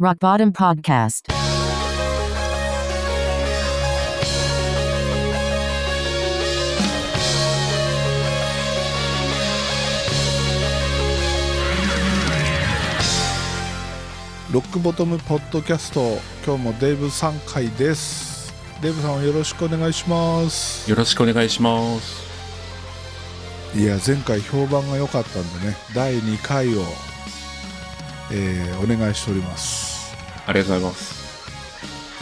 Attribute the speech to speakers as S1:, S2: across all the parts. S1: Rock Bottom Podcast.
S2: 「ロックボトムポッドキャスト」今日もデーブさん回ですデーブさんよろしくお願いします
S3: よろしくお願いします。
S2: いや前回評判が良かったんでね第2回を、えーお願いしております
S3: ありがとうございます。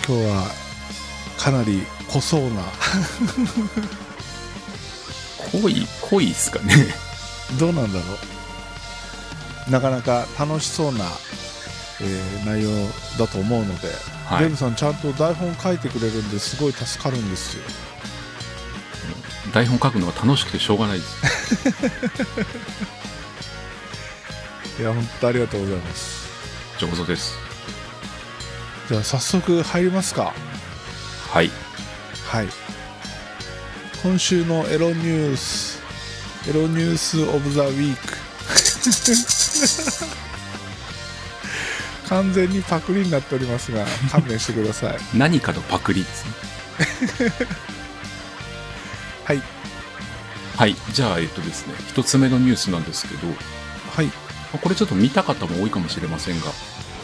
S2: 今日はかなり濃そうな
S3: 濃い、濃いっすかね。
S2: どうなんだろうなかなか楽しそうな、えー内容だと思うので、
S3: はい
S2: デーブさんちゃんと台本書いてくれるんですごい助かるんですよ
S3: 台本書くのが楽しくてしょうがないです。
S2: いや本当ありがとうございます
S3: 上手です。
S2: じゃあ早速入りますか
S3: はい。
S2: はい今週のエロニュースエロニュースオブザウィーク 完全にパクリになっておりますが勘弁してください
S3: 何かのパクリですね。
S2: はい
S3: はい。じゃあ、えっとですね、一つ目のニュースなんですけど、ま
S2: はい
S3: あこれちょっと見た方も多いかもしれませんが、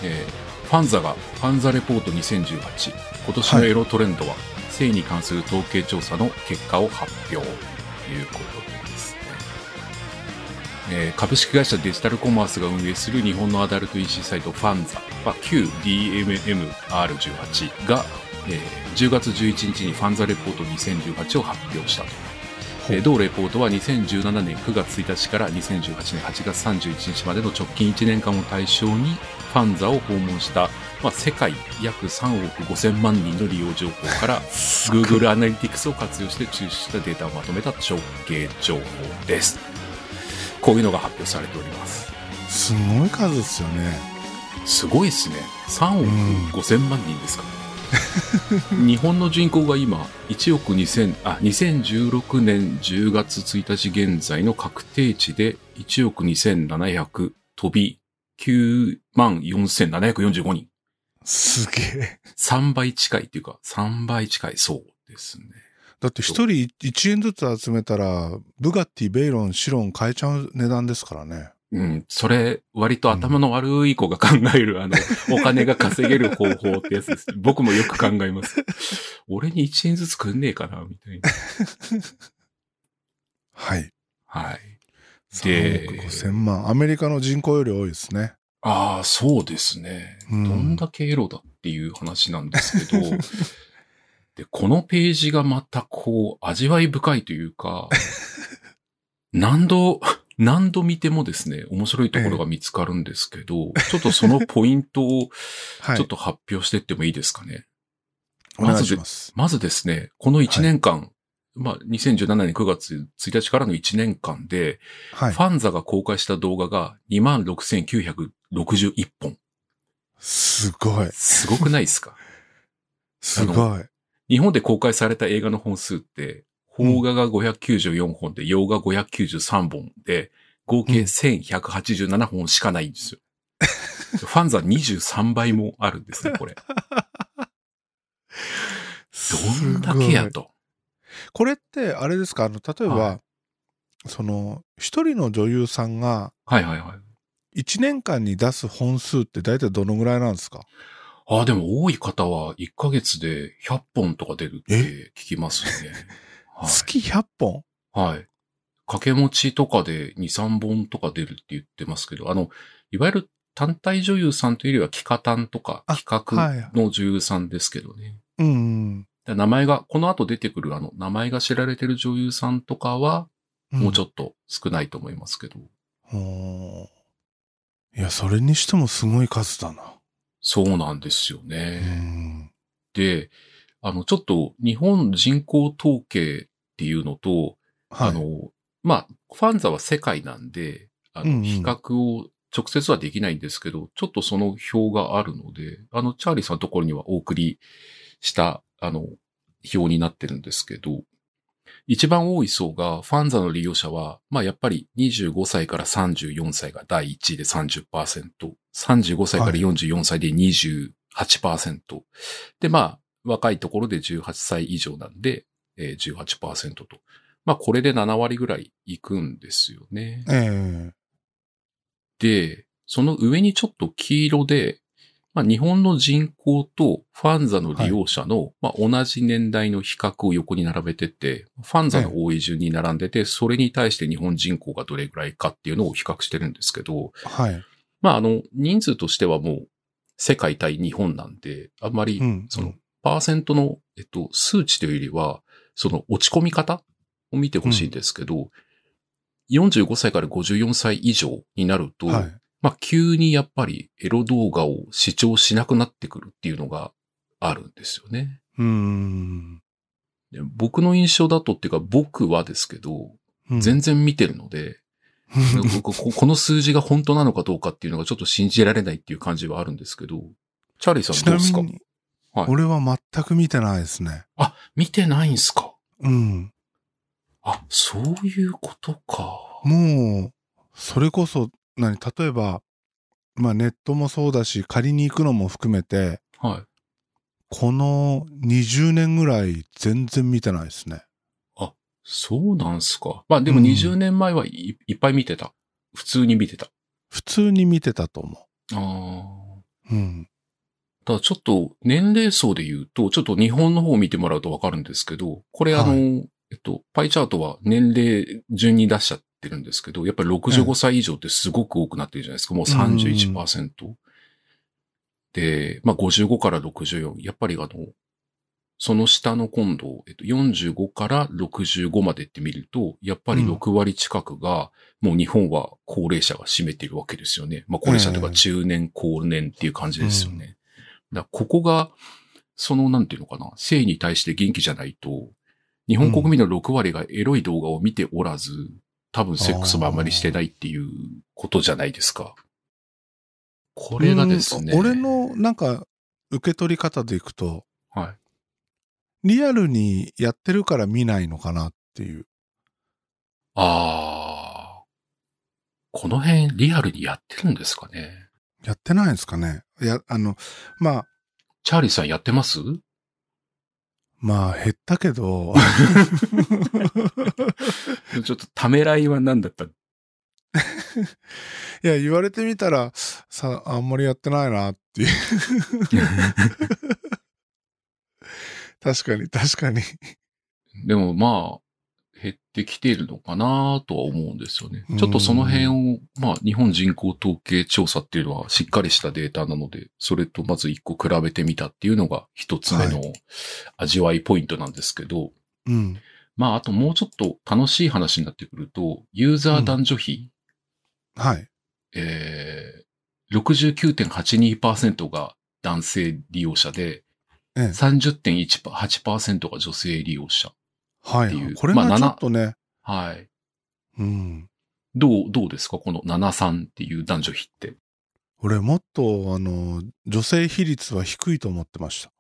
S3: えーファンザが、ファンザレポート2018、今年のエロトレンドは、性に関する統計調査の結果を発表、ということですね。えー株式会社デジタルコマースが運営する日本のアダルト EC サイトファンザ、まあ、旧 DMMR18 が、えー10月11日にファンザレポート2018を発表したと。えー同レポートは2017年9月1日から2018年8月31日までの直近1年間を対象にファンザを訪問した、まあ、世界約3億5000万人の利用情報から Google アナリティクスを活用して抽出したデータをまとめた直径情報です。こういうのが発表されております。
S2: すごい数ですよね
S3: すごいですね。3
S2: うん
S3: 億5000万人ですから、日本の人口が今、1億2000、あ、2016年10月1日現在の確定値で1億2700飛び9万4745人。
S2: すげえ
S3: 3倍近いっていうか、3倍近いそうですね。
S2: だって一人1円ずつ集めたらブガッティベイロンシロン買えちゃう値段ですからね
S3: うん、それ、割と頭の悪い子が考える、あの、お金が稼げる方法ってやつです。僕もよく考えます。俺に1円ずつくんねえかな、みたいな。
S2: はい
S3: はい。
S2: 3
S3: で
S2: 億5000万アメリカの人口より多いですね
S3: ああ、そうですね。
S2: うん
S3: どんだけエロだっていう話なんですけど、 で、このページがまたこう、味わい深いというか、何度、何度見てもですね、面白いところが見つかるんですけど、ちょっとそのポイントを
S2: はい
S3: ちょっと発表していってもいいですかね。
S2: お願いします
S3: まずですね、この1年間、まあ、2017年9月1日からの1年間で、
S2: はい
S3: ファンザが公開した動画が26,961本。
S2: すごい
S3: すごくないですか
S2: すごい
S3: 日本で公開された映画の本数って、邦画が594本で、洋画593本で、合計
S2: うん
S3: 1187本しかないんですよ。ファンザ23倍もあるんです ね、これ。どんだけや
S2: すごい
S3: と。
S2: これってあれですかあの例えば、
S3: は
S2: その一人の女優さんが
S3: はいはいはい。
S2: 1年間に出す本数って大体どのぐらいなんですか
S3: ああ、でも多い方は1ヶ月で100本とか出るって聞きま すよね。はい
S2: 月100本
S3: はい。掛け持ちとかで2、3本とか出るって言ってますけど、あの、いわゆる単体女優さんというよりは、企画単とか
S2: あ
S3: 企画の女優さんですけどね。
S2: うんうん、
S3: だから名前が、この後出てくるあの、名前が知られてる女優さんとかは、もうちょ
S2: っ
S3: っと少ないと思いますけど、
S2: といやそれにしてもすごい数だな、
S3: そうなんですよね。
S2: うん
S3: で、あの、ちょっと日本人口統計っていうのと、
S2: はい
S3: あの、まあ、ファンザは世界なんで、あ
S2: うんう
S3: の、
S2: ん
S3: 比較を直接はできないんですけど、ちょっとその表があるので、あの、チャーリーさんのところにはお送りした、あの、表になってるんですけど、一番多い層が、ファンザの利用者は、まあやっぱり25歳から34歳が第1位で30%、35歳から44歳で28%、で、まあ、若いところで18歳以上なんで、えー、18%と。まあこれで7割ぐらいいくんですよね。
S2: ええ
S3: で、その上にちょっと黄色で、まあ、日本の人口とファンザの利用者の、まあ、同じ年代の比較を横に並べてて、ファンザの多い順に並んでて、それに対して日本人口がどれぐらいかっていうのを比較してるんですけど、
S2: はい。
S3: まあ、あの、人数としてはもう世界対日本なんで、あんまり
S2: うん。
S3: その、パーセントの、えっと、数値というよりは、その落ち込み方を見てほしいんですけど、45歳から54歳以上になると、
S2: はい。
S3: まあ、急にやっぱりエロ動画を視聴しなくなってくるっていうのがあるんですよね。
S2: うーん。
S3: で僕の印象だとっていうか僕はですけど、
S2: うん
S3: 全然見てる ので、僕ここの数字が本当なのかどうかっていうのがちょっと信じられないっていう感じはあるんですけど、チャーリーさん
S2: ち
S3: どう
S2: な
S3: ですか
S2: みに、
S3: はい
S2: 俺は全く見てないですね。
S3: あ、見てないんすか
S2: うん。
S3: あ、そういうことか。
S2: もう、それこそ、何、例えば、まあネットもそうだし、借りに行くのも含めて、
S3: はい。
S2: この20年ぐらい全然見てないですね。
S3: そうなんすか。まあでも
S2: うん
S3: 20年前はいいっぱい見てた。普通に見てた。
S2: 普通に見てたと思
S3: ああ。
S2: う。うん。
S3: ただちょっと年齢層で言うと、ちょっと日本の方を見てもらうとわかるんですけど、これあの、
S2: は
S3: えっと、パイチャートは年齢順に出しちゃってるんですけど、やっぱり65歳以上ってすごく多くなってるじゃないですか。もう31%。で、まあ55から64。やっぱりあの、その下の今度、えっと、45から65までって見ると、やっぱり
S2: うん
S3: 6割近くが、もう日本は高齢者が占めているわけですよね。まあ高齢者という
S2: う
S3: か
S2: ん
S3: 中年、高年っていう感じですよね。だからここが、その、なんていうのかな、性に対して元気じゃないと、日本国民の6割がエロい動画を見ておらず、多分セックスもあまりしてないっていうことじゃないですか。これがですね。
S2: うん俺、のなんか受け取り方でいくと、
S3: は
S2: リアルにやってるから見ないのかなっていう。
S3: あー。この辺、リアルにやってるんですかね。
S2: やってないんですかね。いや、あの、まあ、
S3: チャーリーさんやってます
S2: まあ減ったけど、
S3: ちょっとためらいは何だった
S2: いや、言われてみたら、さ、あんまりやってないなっていう。 確かに、確かに。
S3: でもまあ、減ってきているのかなとは思うんですよね
S2: うん。
S3: ちょっとその辺を、まあ、日本人口統計調査っていうのはしっかりしたデータなので、それとまず一個比べてみたっていうのが一つ目の味わいポイントなんですけど、
S2: うん。
S3: まあ、あともうちょっと楽しい話になってくると、ユーザー男女比、
S2: はい。
S3: えー、69.82%が男性利用者で、
S2: ええ
S3: 30.18%が女性利用者。
S2: は
S3: っていう
S2: い。これが
S3: まあ
S2: ちょっとね、
S3: はい。
S2: うん。
S3: どう、どうですかこの73っていう男女比って。
S2: 俺もっと、あの、女性比率は低いと思ってました。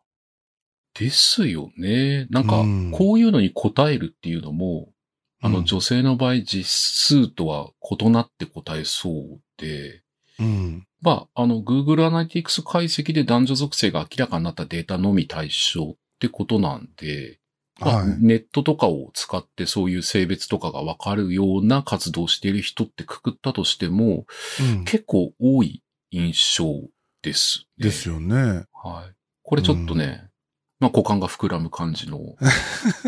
S3: ですよね。なん
S2: う
S3: か
S2: ん、
S3: こういうのに答えるっていうのも、あ
S2: う
S3: の、
S2: ん
S3: 女性の場合、実数とは異なって答えそうで、
S2: うん。
S3: まあ、あの、Google Analytics 解析で男女属性が明らかになったデータのみ対象ってことなんで、まあ
S2: はい。
S3: ネットとかを使ってそういう性別とかがわかるような活動をしている人ってくくったとしても、
S2: うん
S3: 結構多い印象です、ね。
S2: ですよね。
S3: はい。これちょっとね、まあ股間が膨らむ感じの、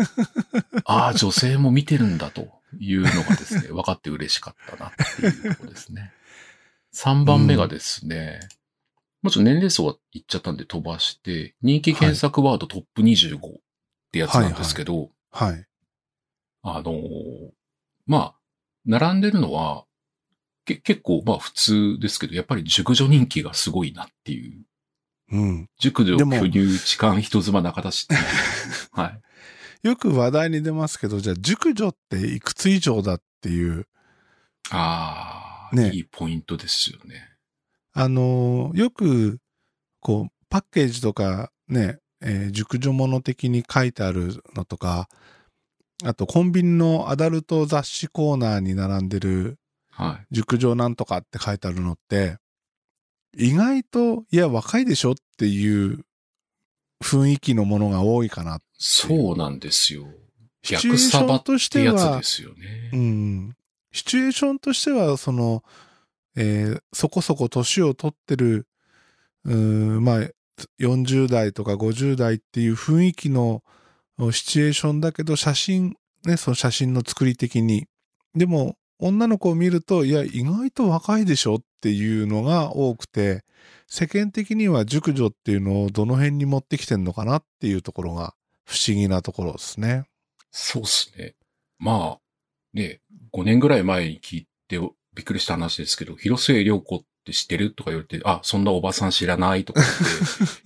S3: ああ、女性も見てるんだというの がですね、分かって嬉しかったなっていうところですね。3番目がですね、もうちろん年齢層は言っちゃったんで飛ばして、人気検索ワードトップ25ってやつなんですけど、
S2: はい。
S3: あのーまあ、並んでるのは、け結構まあ普通ですけど、やっぱり熟女人気がすごいなっていう
S2: うん。
S3: 熟女、
S2: でも
S3: 巨乳、痴漢、人妻、中田氏っていう。 はい。
S2: よく話題に出ますけど、じゃあ、熟女っていくつ以上だっていう、
S3: ああ、
S2: ね
S3: いいポイントですよね。
S2: あのーよく、こう、パッケージとかね、えー熟女もの的に書いてあるのとか、あとコンビニのアダルト雑誌コーナーに並んでる
S3: はい。
S2: 熟女なんとかって書いてあるのって、意外と、いや、若いでしょっていう雰囲気のものが多いかな。
S3: そうなんですよ。
S2: シチュエー
S3: 逆
S2: シ
S3: サ
S2: ョ
S3: バ
S2: ン
S3: って
S2: として
S3: やつ
S2: は
S3: で、すよね
S2: う。ん。シチュエーションとしては、その、えーそこそこ年を取ってる、うーん、まあ、40代とか50代っていう雰囲気のシチュエーションだけど、写真、ね、その写真の作り的に。でも、女の子を見ると、いや、意外と若いでしょっていうのが多くて、世間的には熟女っていうのをどの辺に持ってきてんのかなっていうところが不思議なところですね。
S3: そうっすね。まあ、ね、5年ぐらい前に聞いてびっくりした話ですけど、広末涼子って知ってるとか言われて、あ、そんなおばさん知らないとかって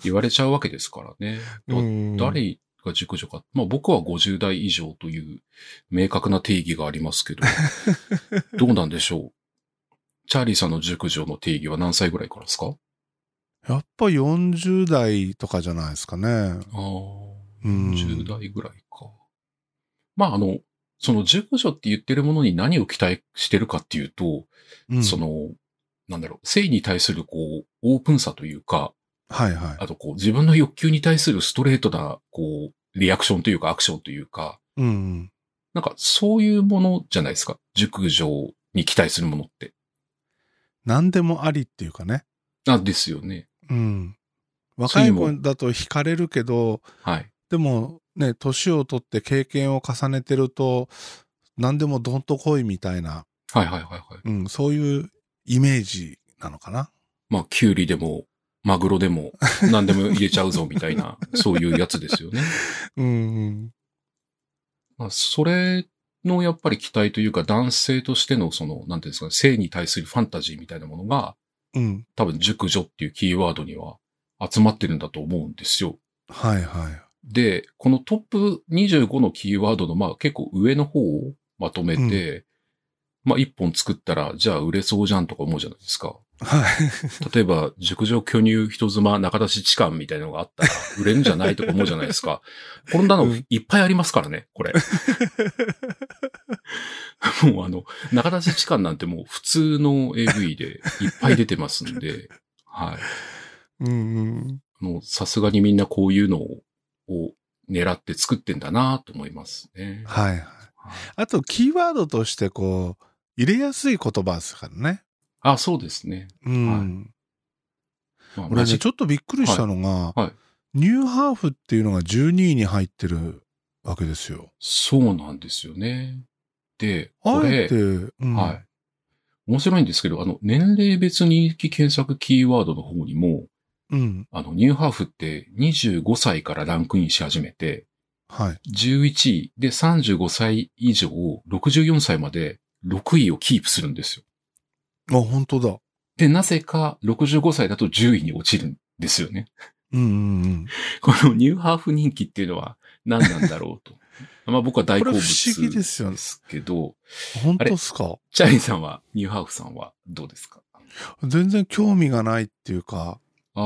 S3: 言われちゃうわけですからね。だ
S2: うん
S3: 誰が熟女か。まあ僕は50代以上という明確な定義がありま すけど、どうなんでしょう。チャーリーさんの熟女の定義は何歳ぐらいからですか
S2: やっぱ40代とかじゃないですかね。
S3: ああ、
S2: うん
S3: 10代ぐらいか。まああの、その熟女って言ってるものに何を期待してるかっていうと、
S2: うん
S3: その、なんだろう、性に対するこう、オープンさというか、
S2: はいは
S3: あとこう、自分の欲求に対するストレートな、こう、リアクションというかアクションというか、
S2: い。うん。
S3: なんかそういうものじゃないですか。熟女に期待するものって。
S2: 何でもありっていうかね。
S3: あ、ですよね。
S2: うん。
S3: そう
S2: 若
S3: いう
S2: い
S3: の
S2: 子だと惹かれるけど、
S3: はい。
S2: でもね、年を取って経験を重ねてると、何でもどんと来いみたいな、
S3: はいはいはいはい。
S2: うん、そういうイメージなのかな。
S3: まあ、キュウリでも、マグロでも、何でも入れちゃうぞみたいな、そういうやつですよね。
S2: うん。
S3: まあ、それのやっぱり期待というか、男性としてのその、なんていうんですかね、性に対するファンタジーみたいなものが、
S2: うん。
S3: 多分熟女っていうキーワードには集まってるんだと思うんですよ。
S2: はいはい。
S3: で、このトップ25のキーワードの、まあ結構上の方をまとめて、まあ一本作ったら、じゃあ売れそうじゃんとか思うじゃないですか。
S2: はい。
S3: 例えば、熟女巨乳人妻中出し痴漢みたいなのがあったら、売れるんじゃないとか思うじゃないですか。こんなのいっぱいありますからね、これ。もうあの、中出し痴漢なんてもう普通の AV でいっぱい出てますんで、はい。
S2: うんうん。
S3: もうさすがにみんなこういうのをを狙って作ってんだなと思いますね。
S2: はいはい。あと、キーワードとしてこう、入れやすい言葉ですからね。
S3: あ、そうですね。
S2: うん。
S3: まあ、
S2: 俺
S3: マ
S2: ね、
S3: ジ
S2: ちょっとびっくりしたのが、
S3: いはい
S2: ニューハーフっていうのが12位に入ってるわけですよ。
S3: そうなんですよね。で、こ
S2: あえ
S3: れ
S2: て、、うん
S3: はい。面白いんですけど、あの、年齢別人気検索キーワードの方にも、
S2: うん。
S3: あの、ニューハーフって25歳からランクインし始めて、
S2: はい。
S3: 11位で35歳以上、64歳まで6位をキープするんですよ。
S2: あ、本当だ。
S3: で、なぜか65歳だと10位に落ちるんですよね。
S2: うんうんうん。
S3: このニューハーフ人気っていうのは何なんだろう と。まあ僕は大好
S2: こ
S3: 物
S2: れ不思議ですよね
S3: ですけど、
S2: 本当っすか
S3: チャーリーさんは、ニューハーフさんはどうですか
S2: 全然興味がないっていうか、
S3: ああ。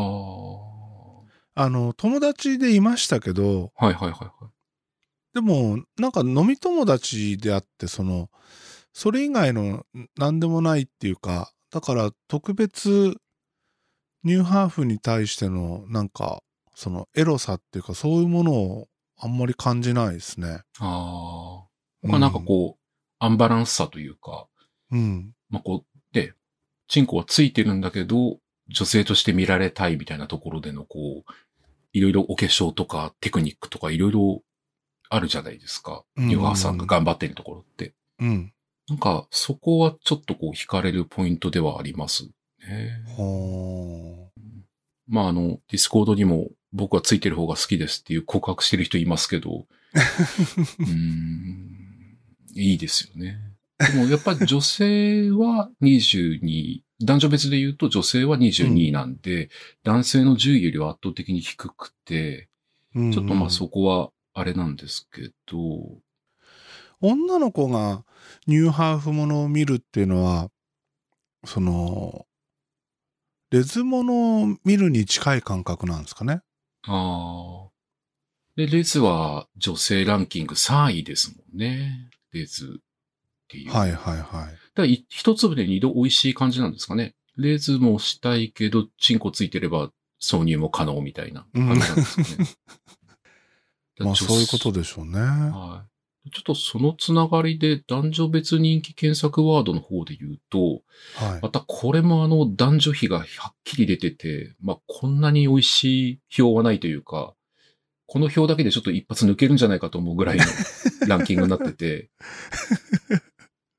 S2: あの、友達でいましたけど、
S3: はいはいはいはい。
S2: でも、なんか飲み友達であって、その、それ以外の何でもないっていうか、だから特別、ニューハーフに対しての、なんか、そのエロさっていうか、そういうものをあんまり感じないですね。
S3: ああ。まあなんかこう、アンバランスさというか、
S2: うん。
S3: まあこう、で、チンコはついてるんだけど、女性として見られたいみたいなところでのこう、いろいろお化粧とかテクニックとかいろいろあるじゃないですか。
S2: うん
S3: ニューハーフさんが頑張ってるところって。
S2: うん。
S3: なんか、そこはちょっとこう惹かれるポイントではありますね。
S2: ほ
S3: まああの、ディスコードにも僕はついてる方が好きですっていう告白してる人いますけ ど、うーん、いいですよね。でもやっぱり女性は22、男女別で言うと女性は22なんで、男性の10位よりは圧倒的に低くて、
S2: ーうん
S3: ちょっとまあそこはあれなんですけど、
S2: 女の子がニューハーフものを見るっていうのは、その、レズものを見るに近い感覚なんですかね。
S3: ああ。で、レズは女性ランキング3位ですもんね。レズっていう。。
S2: はいいはいはい。
S3: だからい一粒で二度美味しい感じなんですかね。レズもしたいけど、チンコついてれば挿入も可能みたいな感じなんですかね。 だ
S2: まあそういうこと
S3: で。
S2: でしょうね。
S3: はい。ちょっとそのつながりで男女別人気検索ワードの方で言うと、
S2: はい。
S3: またこれもあの男女比がはっきり出てて、まあこんなに美味しい表はないというか、この表だけでちょっと一発抜けるんじゃないかと思うぐらいのランキングになってて、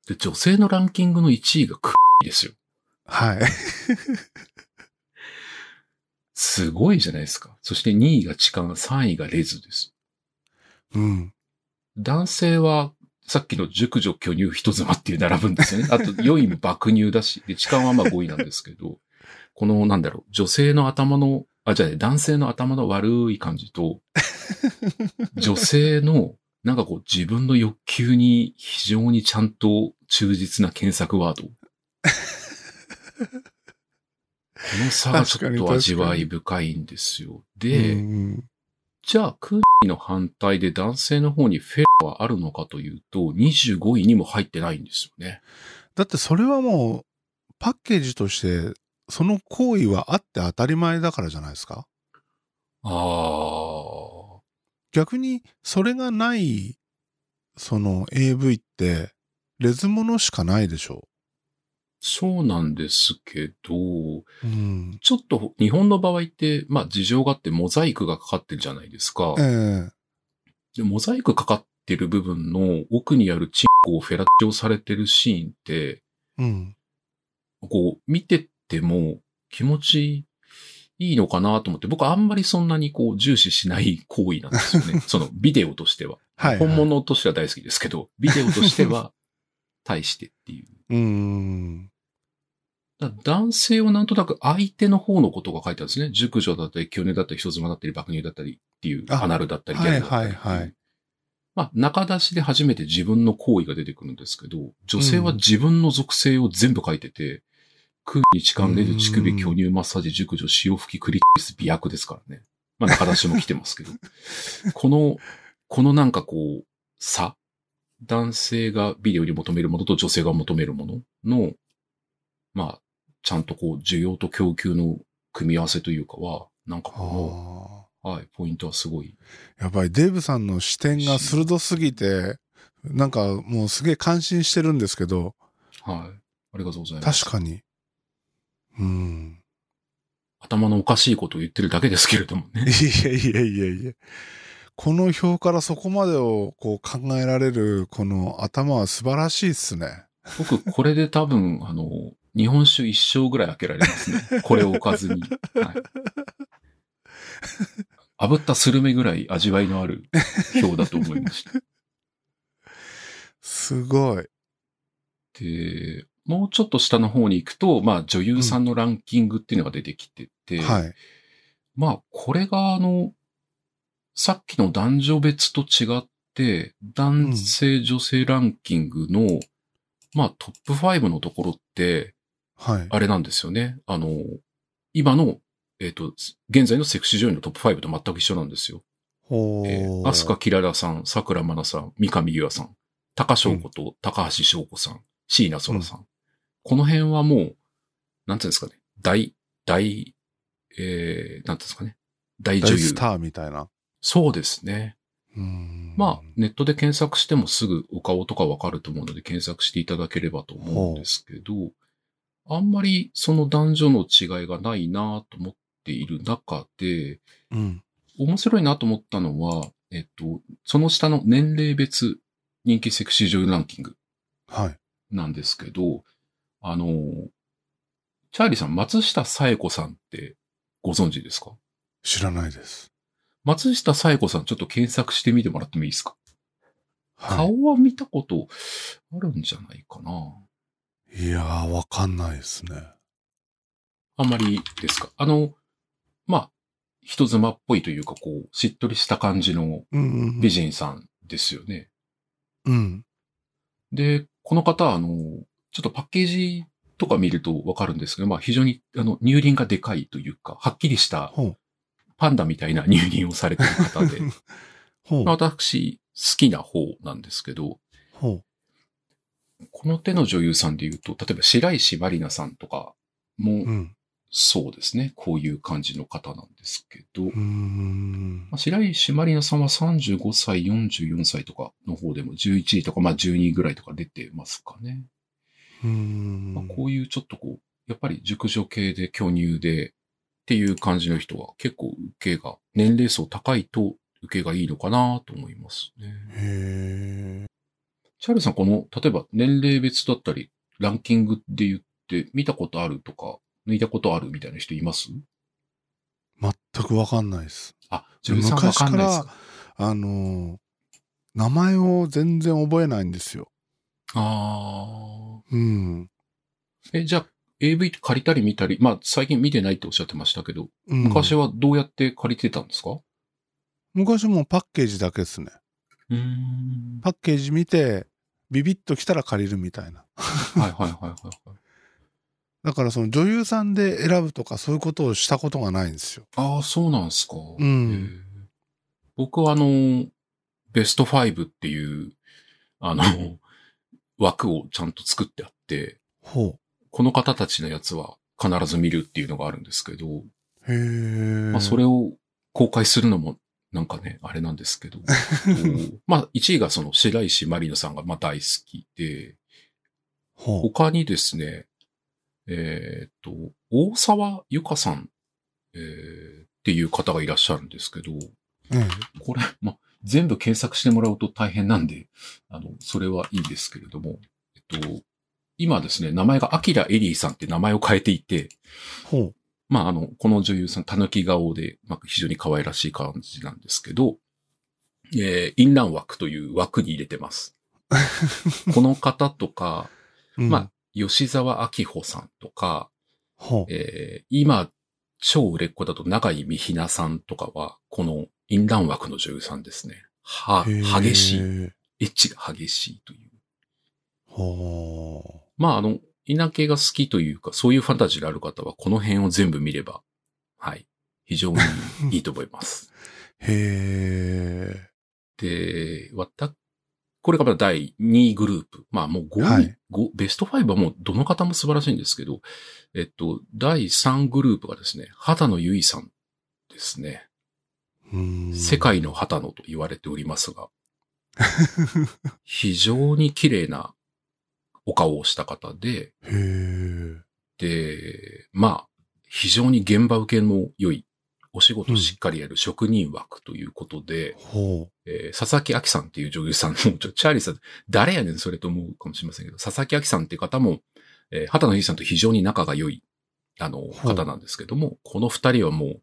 S3: で、女性のランキングの1位がクッですよ。
S2: はい。
S3: すごいじゃないですか。そして2位が痴漢、3位がレズです。
S2: うん。
S3: 男性はさっきの熟女巨乳人妻っていう並ぶんですよね。あと4位も爆乳だし、で、痴漢はまあ5位なんですけど、このなんだろう、女性の頭の、あ、じゃあね、男性の頭の悪い感じと、女性のなんかこう自分の欲求に非常にちゃんと忠実な検索ワード。この差がちょっと味わい深いんですよ。で、
S2: うん
S3: じゃあ、クーの反対で男性の方にフェラはあるのかというと、25位にも入ってないんですよね。
S2: だってそれはもう、パッケージとして、その行為はあって当たり前だからじゃないですか。
S3: ああ。
S2: 逆に、それがない、その AV って、レズものしかないでしょ
S3: そうなんですけど、
S2: う。うん。
S3: ちょっと日本の場合って、まあ事情があってモザイクがかかってるじゃないですか
S2: ええ。
S3: でモザイクかかってる部分の奥にあるチンコをフェラッチをされてるシーンって、
S2: うん。
S3: こう見てても気持ちいいのかなと思って、僕あんまりそんなにこう重視しない行為なんで すよね。そのビデオとしては。
S2: はい、
S3: 本。物としては大好きですけど、ビデオとして は対してっていう。
S2: うん。
S3: だから男性をなんとなく相手の方のことが書いてあるんですね。熟女だったり、巨乳だったり、人妻だったり、爆乳だったりっていう、
S2: あ
S3: アナルだったり、ギャルだったりってう
S2: はいはいはい。
S3: まあ、中出しで初めて自分の行為が出てくるんですけど、女性は自分の属性を全部書いてて、空気に痴漢レズ、乳首、巨乳、マッサージ、熟女、潮吹き、クリックス、美薬ですからね。まあ、中出しも来てます けど。この、このなんかこう、差。男性がビデオに求めるものと女性が求めるものの、まあ、ちゃんとこう、需要と供給の組み合わせというかは、なんかこ
S2: あ
S3: の、はい、ポイントはすごい。
S2: あ。やっぱりデーブさんの視点が鋭すぎて、なんかもうすげえ感心してるんですけど、
S3: はい。ありがとうございます。
S2: 確かに。うん。
S3: 頭のおかしいことを言ってるだけですけれどもね。
S2: いやいやいやいや。この表からそこまでをこう考えられるこの頭は素晴らしいっすね。
S3: 僕、これで多分、あの、日本酒一生ぐらい開けられますね。 これを置かずに。はい。炙ったスルメぐらい味わいのある表だと思いました。
S2: すごい。
S3: で、もうちょっと下の方に行くと、まあ女優さんのランキングっていうのが出てきてて、
S2: はい。
S3: まあこれがあの、さっきの男女別と違って、男性女性ランキングの、まあトップ5のところって、
S2: はい。
S3: あれなんですよね。あの、今の、えっ、と、現在のセクシー女優のトップ5と全く一緒なんですよ。
S2: ほ
S3: え
S2: ー
S3: ー、アスカキララさん、桜まなさん、三上優愛さん、高翔子と高橋翔子さん、椎名空さん。この辺はもう、なんていうんですかね、大、大、えー、なんていうんですかね、大女
S2: 大
S3: 優
S2: ス。ターみたいな。
S3: そうですね。
S2: うん
S3: まあ、ネットで検索してもすぐお顔とかわかると思うので、検索していただければと思うんですけど、あんまりその男女の違いがないなと思っている中で、
S2: うん。
S3: 面白いなと思ったのは、えっと、その下の年齢別人気セクシー女優ランキング
S2: はい。
S3: なんですけど、あの、チャーリーさん、松下紗恵子さんってご存知ですか
S2: 知らないです。
S3: 松下紗恵子さんちょっと検索してみてもらってもいいですか
S2: はい。
S3: 顔は見たことあるんじゃないかな。
S2: いやー、わかんないですね。
S3: あんまりですか。あの、まあ、人妻っぽいというか、こう、しっとりした感じの
S2: うんうんうん
S3: 美。人さんですよね。
S2: うん。
S3: で、この方、あの、ちょっとパッケージとか見るとわかるんですけど、まあ、非常に、あの、乳輪がでかいというか、はっきりした
S2: ほう。
S3: パンダみたいな入輪をされてる 方で、
S2: ほう
S3: まあ。私、好きな方なんですけど、
S2: ほ
S3: この手の女優さんで言うと、例えば白石まりなさんとか
S2: う。う
S3: も
S2: ん。
S3: そうですね、こういう感じの方なんですけど、
S2: うーん
S3: まあ。白石まりなさんは35歳、44歳とかの方でも11位とか、まあ12位ぐらいとか出てますかね。
S2: うーん
S3: まあ、こういうちょっとこう、やっぱり熟女系で巨乳でっていう感じの人は結構受けが、年齢層高いと受けがいいのかなと思いますね。
S2: へえ。
S3: チャールさん、この、例えば年齢別だったり、ランキングで言って、見たことあるとか、抜いたことあるみたいな人います
S2: 全くわかんないです。
S3: あ、女優さんわかんないです
S2: 昔あのー、名前を全然覚えないんですよ。
S3: あ
S2: うん。
S3: ーえ、じゃあ、AV 借りたり見たり、まあ、最近見てないっておっしゃってましたけど、
S2: うん
S3: 昔はどうやって借りてたんですか
S2: 昔もうパッケージだけですね。
S3: うーん。
S2: パッケージ見て、ビビッときたら借りるみたいな。
S3: はいはいはいはいはい。
S2: だからその女優さんで選ぶとかそういうことをしたことがないんですよ。
S3: ああ、そうなんすか。
S2: ん
S3: へー僕はあの、ベスト5っていう、あの、 枠をちゃんと作ってあって、
S2: ほ
S3: この方たちのやつは必ず見るっていうのがあるんですけど、
S2: う。へえ。
S3: まあそれを公開するのもなんかね、あれなんですけど、うんまあ1位がその白石まりなさんがまあ大好きで、
S2: ほう。
S3: 他にですね、えーっと、大沢ゆかさん、えーっていう方がいらっしゃるんですけど、
S2: ええ
S3: これ、ま、全部検索してもらうと大変なんで、あの、それはいいですけれども、えっと、今ですね、名前がアキラエリーさんって名前を変えていて、
S2: ほう。
S3: まあ、あの、この女優さん、たぬき顔で、まあ、非常に可愛らしい感じなんですけど、えー、インラン枠という枠に入れてます。この方とか、
S2: うん
S3: まあ、吉沢明穂さんとか、
S2: ほう。
S3: えー今、超売れっ子だと永井美ひなさんとかは、このインラン枠の女優さんですね。は、
S2: へえ
S3: 激しい。。エッチが激しいという。
S2: ほ
S3: まあ、あの、稲系が好きというか、そういうファンタジーがある方は、この辺を全部見れば、はい。非常にいいと思います。
S2: う。へえ。
S3: で、わた、これがまだ第2位グループ。まあもう5位、
S2: はい
S3: ごベスト5はもうどの方も素晴らしいんですけど、えっと、第3グループがですね、畑野由衣さんですね。
S2: うーん
S3: 世。界の旗野と言われておりますが、非常に綺麗なお顔をした方で、
S2: へえ。
S3: で、まあ、非常に現場受けの良い、お仕事をしっかりやる職人枠ということで、
S2: ほ
S3: えー佐々木明さんっていう女優さんの、 ちょチャーリーさん、誰やねんそれと思うかもしれませんけど、佐々木明さんっていう方も、えー、畑野秀さんと非常に仲が良い、あの、
S2: う
S3: 方なんですけども、この二人はもう、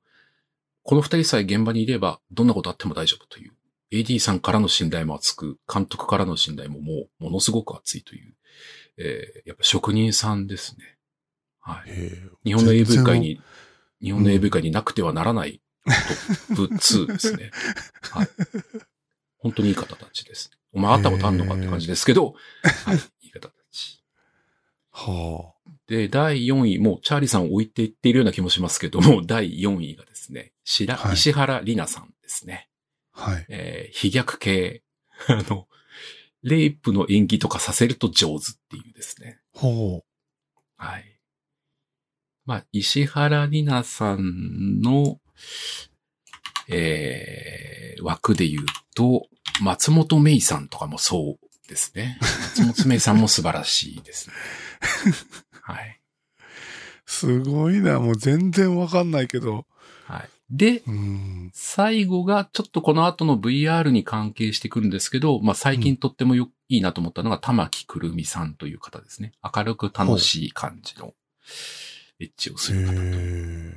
S3: この二人さえ現場にいれば、どんなことあっても大丈夫という、AD さんからの信頼も厚く、監督からの信頼ももう、ものすごく厚いという、えーやっぱ職人さんですね。は
S2: う。
S3: い。
S2: へえ。
S3: 日本の
S2: 全
S3: AV
S2: 然
S3: 界に、日本の
S2: うん
S3: AV 界になくてはならないトップ2で すね。はい。本当にいい方たちです。お前会ったことあんのかって感じですけど、はい、いい方たち。
S2: はあ。
S3: で、第4位、もうチャーリーさんを置いていっているような気もしますけど も、第4位がですね、白
S2: はい
S3: 石原里奈さんですね。
S2: はい。
S3: えー飛逆系。あの、レイプの演技とかさせると上手っていうですね。
S2: ほ
S3: はい。まあ、石原里奈さんの、えー、枠で言うと、松本芽衣さんとかもそうですね。松本芽衣さんも素晴らしいですね。はい。
S2: う。すごいな。もう全然わかんないけど。
S3: はい。で、
S2: うん。
S3: 最後が、ちょっとこの後の VR に関係してくるんですけど、まあ最近とってもよ、いいなと思ったのが、玉木くるみさんという方ですね。明るく楽しい感じの、エッチをす
S2: へ
S3: る方と。
S2: え。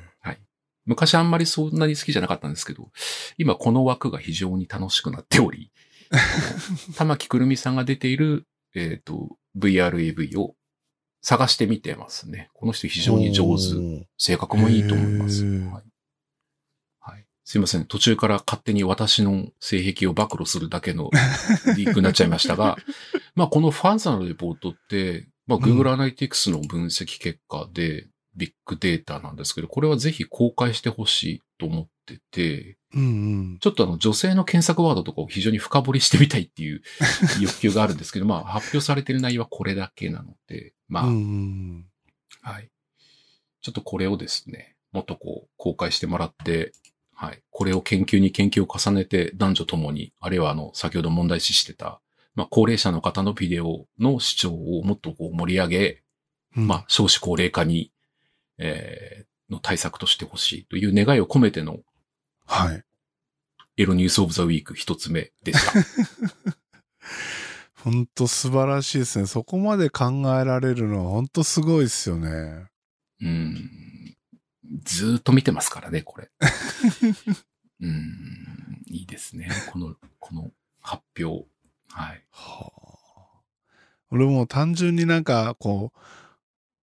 S3: 昔あんまりそんなに好きじゃなかったんですけど、今この枠が非常に楽しくなっており、玉木くるみさんが出ている、えっ、と、VRAV を探してみてますね。この人非常に上手。
S2: 手。
S3: 性格もいいと思います。
S2: へー
S3: はいはい、すいません。途中から勝手に私の性癖を暴露するだ けのリークになっちゃいましたが、まあこのファンさんのレポートって、まあ Google Analytics の分析結果で、ビッグデータなんですけど、これはぜひ公開してほしいと思ってて、
S2: うんうん。
S3: ちょっとあの女性の検索ワードとかを非常に深掘りしてみたいっていう欲求があるんですけど、まあ発表されてる内容はこれだけなので、まあ、
S2: うんうん
S3: はい。ちょっとこれをですね、もっとこう公開してもらって、はい。これを研究に研究を重ねて男女ともに、あるいはあの、先ほど問題視してた、まあ高齢者の方のビデオの視聴をもっとこう盛り上げ、
S2: うん。
S3: まあ、少子高齢化に、えーの対策としてほしいという願いを込めての
S2: はい。
S3: エロニュースオブザウィーク一つ目でした。
S2: 本当素晴らしいですね。そこまで考えられるのは本当すごいですよね。
S3: うん。ずーっと見てますからね、これ。 うん。いいですね。この、この発表。はい。
S2: はあ。俺も単純になんかこう、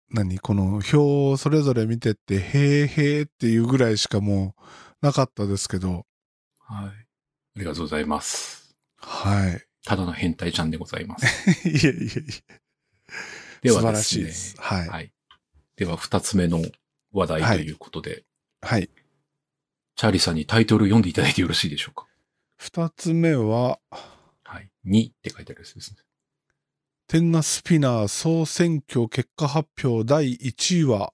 S2: 何この表をそれぞれ見てって、へーへーっていうぐらいしかもうなかったですけど、
S3: はい。ありがとうございます。
S2: はい。
S3: ただの変態ちゃんでございます。
S2: いえいえいえ。
S3: で
S2: 素
S3: は
S2: 晴
S3: ですね。
S2: らしいです。はい。
S3: はい。では、二つ目の話題ということで、
S2: はい。
S3: チャーリーさんにタイトル読んでいただいてよろしいでしょうか。
S2: 二つ目は、
S3: はい。2って書いてあるやつですね。
S2: 天ガスピナー総選挙結果発表第1位は、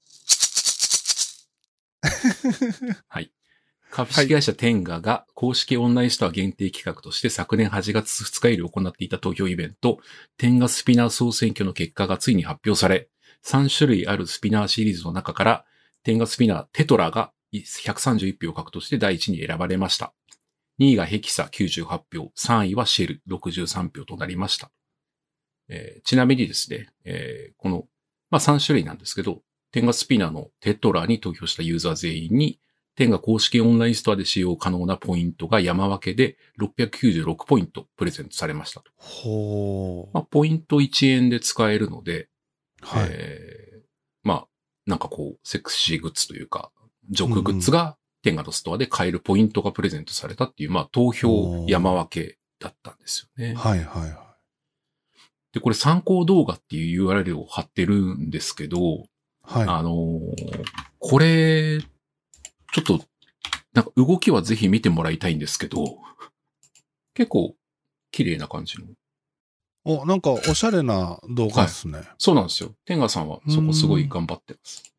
S3: 株式会社テンガが公式オンラインストア限定企画として昨年8月2日より行っていた投票イベント、テンガスピナー総選挙の結果がついに発表され、3種類あるスピナーシリーズの中から、テンガスピナーテトラが131票を獲得して第1位に選ばれました。2位がヘキサ98票、3位はシェル63票となりました。えーちなみにですね、えーこの、まあ、3種類なんですけど、テンガスピナーのテトラに投票したユーザー全員に、テンが公式オンラインストアで使用可能なポイントが山分けで696ポイントプレゼントされましたと。
S2: ほう
S3: まあ、ポイント1円で使えるので、
S2: はい。
S3: えーまあ、なんかこう、セクシーグッズというか、ジョークグッズがテンガのストアで買えるポイントがプレゼントされたっていう、まあ、投票山分けだったんですよね。
S2: はいはいはい。
S3: で、これ参考動画っていう URL を貼ってるんですけど、
S2: は
S3: あのーこれ、ちょっと、なんか動きはぜひ見てもらいたいんですけど、結構綺麗な感じの。
S2: い。お、なんかおしゃれな動画ですね。
S3: そうなんですよ。天ガさんはそこすごい頑張ってます。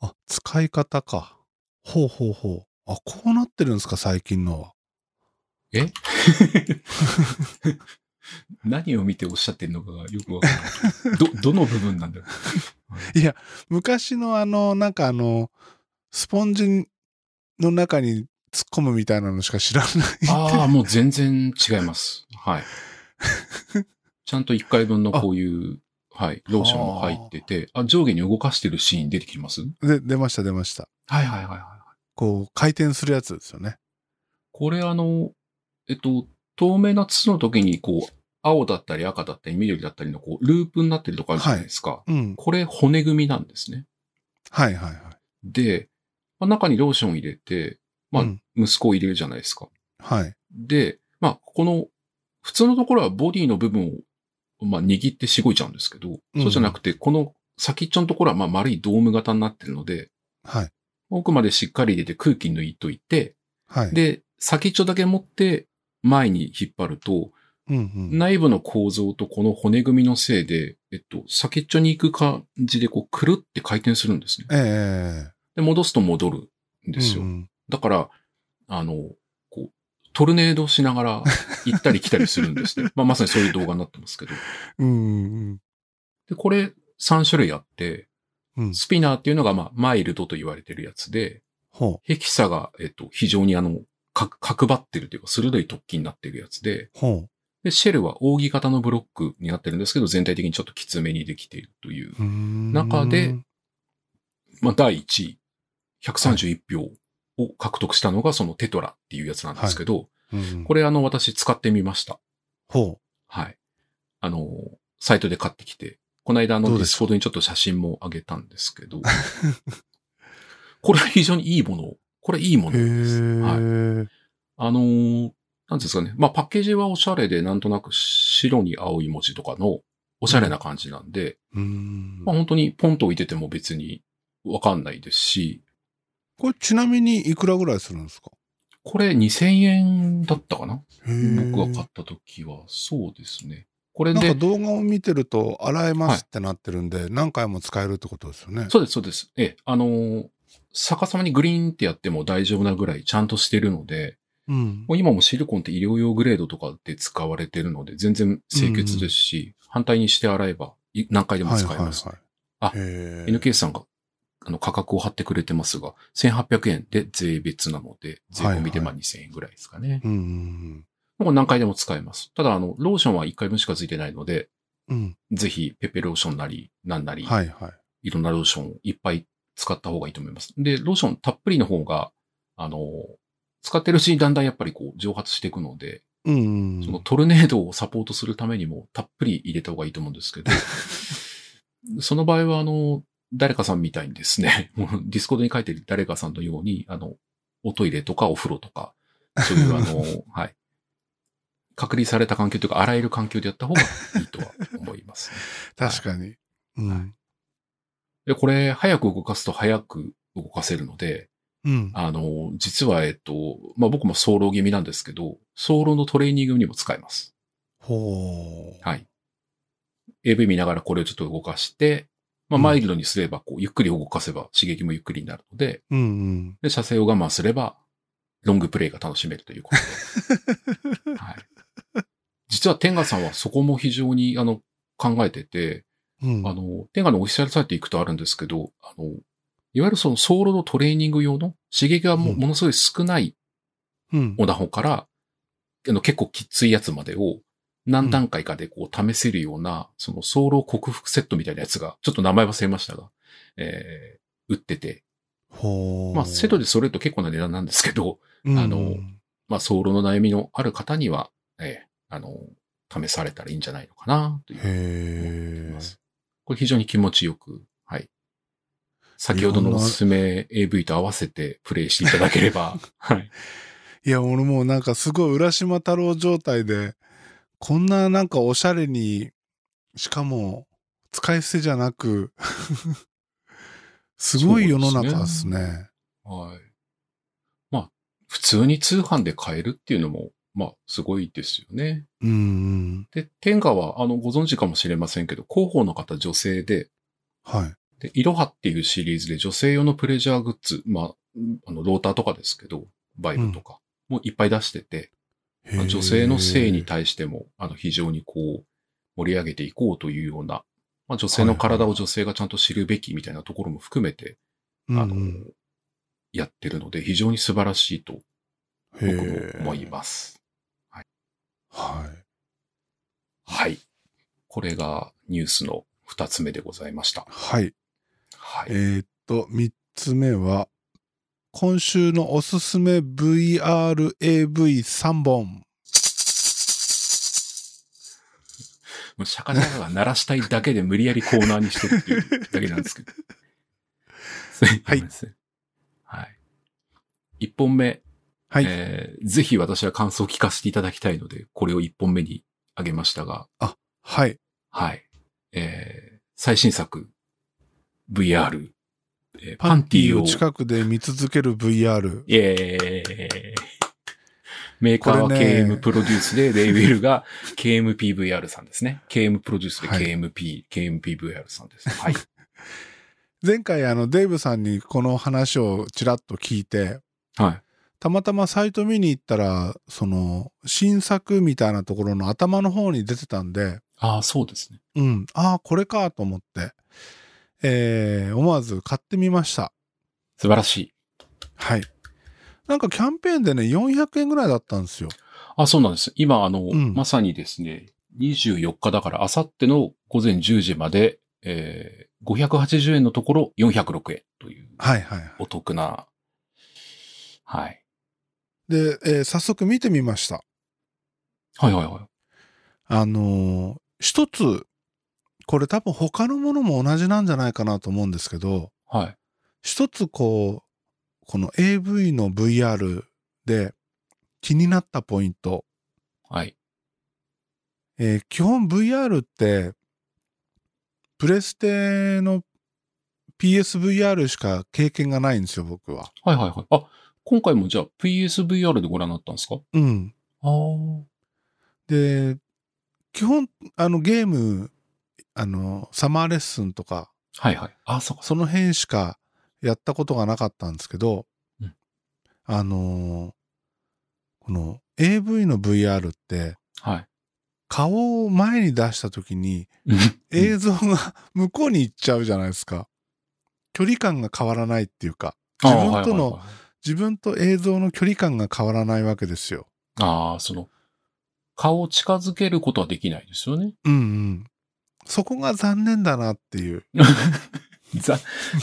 S2: あ、使い方か。ほうほうほう。あ、こうなってるんですか、最近のは。
S3: 何を見ておっしゃってるのかがよくわから ない。ど、どの部分なんだろ
S2: 昔のあの、なんかあの、スポンジの中に突っ込むみたいなのしか知らな
S3: う。
S2: い。
S3: ああ、もう全然違います。はい。ちゃんと1回分のこういう、はい、ローションも入ってて、あ、上下に動かしてるシーン出てきます
S2: で、出ました、出ました。
S3: はいはいはいはい。
S2: こう、回転するやつですよね。
S3: これあの、えっと、透明な筒の時にこう、青だったり赤だったり緑だったりのこう、ループになってるとこあるじゃないですか。
S2: うん。
S3: これ骨組みなんですね。
S2: はいはいはい。
S3: で、まあ、中にローション入れて、まあ
S2: うん、
S3: 息子を入れるじゃないですか。
S2: はい。
S3: で、まあ、この、普通のところはボディの部分を、まあ、握ってしごいちゃうんですけど、
S2: うん
S3: そうじゃなくて、この先っちょのところはまあ丸いドーム型になってるので、
S2: はい。
S3: 奥までしっかり入れて空気抜いといて、
S2: はい。
S3: で、先っちょだけ持って前に引っ張ると、
S2: うんうん。
S3: 内部の構造とこの骨組みのせいで、えっと、先っちょに行く感じで、こう、くるって回転するんですね。
S2: ええ
S3: で、戻すと戻るん
S2: ええ
S3: ですよ。
S2: うんうん
S3: だから、あの、こう、トルネードしながら行ったり来たりするんですね。まあ、 まさにそういう動画になってますけど。
S2: うん
S3: で、これ3種類あって、
S2: うん。うん。
S3: スピナーっていうのが、まあ、マイルドと言われてるやつで、
S2: ほう。
S3: ヘキサが、えっと、非常にあの、か、角張ってるというか、鋭い突起になってるやつで、
S2: ほ
S3: で、シェルは扇形のブロックになってるんですけど、全体的にちょっときつめにできているとい
S2: う。
S3: う
S2: うーん。
S3: 中で、まあ、第1位、131票を獲得したのが、そのテトラっていうやつなんですけど、
S2: うん、
S3: こ
S2: れ。
S3: れあの、私使ってみました。
S2: ほ
S3: はい。あの、サイトで買ってきて、この間あの、
S2: ど
S3: デ
S2: う
S3: ィ
S2: です
S3: ス
S2: か
S3: コードにちょっと写真もあげたんですけど、 これは非常にいいもの。これいいも
S2: う。へ
S3: のです。
S2: え、
S3: はい。あのーなんていうんですかね。まあ、パッケージはおしゃれで、なんとなく白に青い文字とかの、おしゃれな感じなんで、
S2: うん
S3: まあ、本当にポンと置いてても別にわかんないですし、
S2: これちなみにいくらぐらいするんですか
S3: これ2000円だったかな僕が買
S2: っ
S3: った時は、そうですね。これ
S2: なんか
S3: で、
S2: 動画を見てると、洗えますってなってるんで、何回も使えるってことですよね。
S3: そうです、そうです。ええ、あのー逆さまにグリーンってやっても大丈夫なぐらいちゃんとしてるので、
S2: うん
S3: も。う今もシリコンって医療用グレードとかで使われてるので、全然清潔ですし、反対にして洗えばい何回でも使えます。
S2: はいはいはい
S3: あ
S2: へー
S3: NK さんがあの価格を貼ってくれてますが、1800円で税別なので、税込みでまあ2000円ぐらいですかね。
S2: うんうん
S3: もう何回でも使えます。ただ、あの、ローションは1回分しか付いてないので、
S2: うん。
S3: ぜひペペローションなり、なんな
S2: うん。
S3: り、
S2: はいはい。
S3: いろんなローションをいっぱい使った方がいいと思います。で、ローションたっぷりの方が、あの、使ってるうちにだんだんやっぱりこう蒸発していくので、
S2: うんうん
S3: そのトルネードをサポートするためにもたっぷり入れた方がいいと思うんです けど、その場合はあの、誰かさんみたいにですね、もうディスコードに書いてる誰かさんのように、あの、おトイレとかお風呂とか、そういうあの、 はい。隔離された環境というか、洗える環境でやった方がいいとは思いますね、
S2: 確かに。うん。
S3: で、これ、早く動かすと早く動かせるので、
S2: うん。
S3: あの、実は、えっと、まあ、僕も早漏気味なんですけど、早漏のトレーニングにも使えます。
S2: ほう。
S3: はい。AV 見ながらこれをちょっと動かして、まあ、
S2: うん
S3: マイルドにすれば、こう、ゆっくり動かせば刺激もゆっくりになるので、
S2: うんうん。
S3: で、射精を我慢すれば、ロングプレイが楽しめるということで。 はい。実は、天下さんはそこも非常に、あの、考えてて、
S2: うん
S3: あの、テンガのオフィシャルサイト行くとあるんですけど、あの、いわゆるそのソーロのトレーニング用の刺激がも,、
S2: うん
S3: ものすごい少ない
S2: うん
S3: オナホから、あの結構きついやつまでを何段階かでこう試せるような、そのソーロ克服セットみたいなやつが、ちょっと名前忘れましたが、えー売ってて、
S2: ほう。
S3: まあセットでそれと結構な値段なんですけど、
S2: うん、
S3: あのまあソーロの悩みのある方には、えーあの、試されたらいいんじゃないのかな、という
S2: へえ。
S3: これ非常に気持ちよく、はい。先ほどのおすすめ AV と合わせてプレイしていただければ、はい。
S2: いや、俺もうなんかすごい浦島太郎状態で、こんななんかおしゃれに、しかも使い捨てじゃなく、 すごい世の中ですね。
S3: はい。まあ、普通に通販で買えるっていうのも、まあ、すごいですよね。
S2: うん
S3: で、天下は、あの、ご存知かもしれませんけど、広報の方女性で、
S2: うん。はい。
S3: で、いろはっていうシリーズで女性用のプレジャーグッズ、まあ、あの、ローターとかですけど、バイブとか、もいっぱい出してて、
S2: へー
S3: 女性の性に対しても、あの、非常にこう、盛り上げていこうというような、まあ、女性の体を女性がちゃんと知るべきみたいなところも含めて、
S2: うん
S3: あの、やってるので、非常に素晴らしいと
S2: う
S3: 僕
S2: ん
S3: も思い
S2: へー
S3: ます。
S2: は
S3: はい。これがニュースの二つ目でございました。
S2: い。はい。
S3: は
S2: え
S3: い。
S2: ーっと、三つ目は、今週のおすすめ VRAV3 本。
S3: もうシャカシャカが鳴らしたいだけで無理やりコーナーにしてるっていうだけなんですけど。
S2: はい
S3: すません。はい。一本目、
S2: はい。
S3: えーぜひ私は感想を聞かせていただきたいので、これを1本目にあげましたが、
S2: はい。
S3: はい。えー最新作、VR、えー
S2: パ
S3: パ
S2: ン
S3: ン
S2: テ
S3: テ
S2: ィ
S3: ィ
S2: ー
S3: ー
S2: を
S3: を、
S2: 近くで見続ける VR。
S3: イエーイメーカーは
S2: これね
S3: KM プロデュースで、レイビルが KMPVR さんですね。KM プロデュースで
S2: はい
S3: KMP、KMPVR さんです。はい。
S2: 前回あのデイブさんにこの話をちらっと聞いて
S3: はい。
S2: たまたまサイト見に行ったらその新作みたいなところの頭の方に出てたんで
S3: ああ、そうですね。
S2: うんああこれかと思って、えー思わず買ってみました
S3: 素晴らしい。
S2: はいなんかキャンペーンでね400円ぐらいだったんですよ
S3: あ、そうなんです。今、あの、
S2: ん
S3: まさにですね、24日だから、あさっての午前10時まで、えー、580円のところ406円という
S2: はいはいはい
S3: お得な、はい。
S2: で、えー早速見てみました
S3: はいはいはい。
S2: あのー一つこれ多分他のものも同じなんじゃないかなと思うんですけど、
S3: はい。
S2: 一つこうこの AV の VR で気になったポイント、
S3: はい。
S2: えー基本 VR ってプレステの PSVR しか経験がないんですよ、僕は。
S3: はいはいはい。あ、今回もじゃあ PSVR でご覧になったんですか
S2: うん。
S3: ああ。
S2: で、基本、あの、ゲーム、あの、サマーレッスンとか、
S3: はいはい。あ、そうか。
S2: その辺しかやったことがなかったんですけど、
S3: うん
S2: あのーこの AV の VR って、
S3: はい。
S2: 顔を前に出した時に
S3: え
S2: 映像が 向こうに行っちゃうじゃないですか。距離感が変わらないっていうか、自分との自分と映像の距離感が変わらないわけですよ。
S3: ああ、その、顔を近づけることはできないですよ ね。
S2: うんうん。そこが残念だなっていう。
S3: ざ、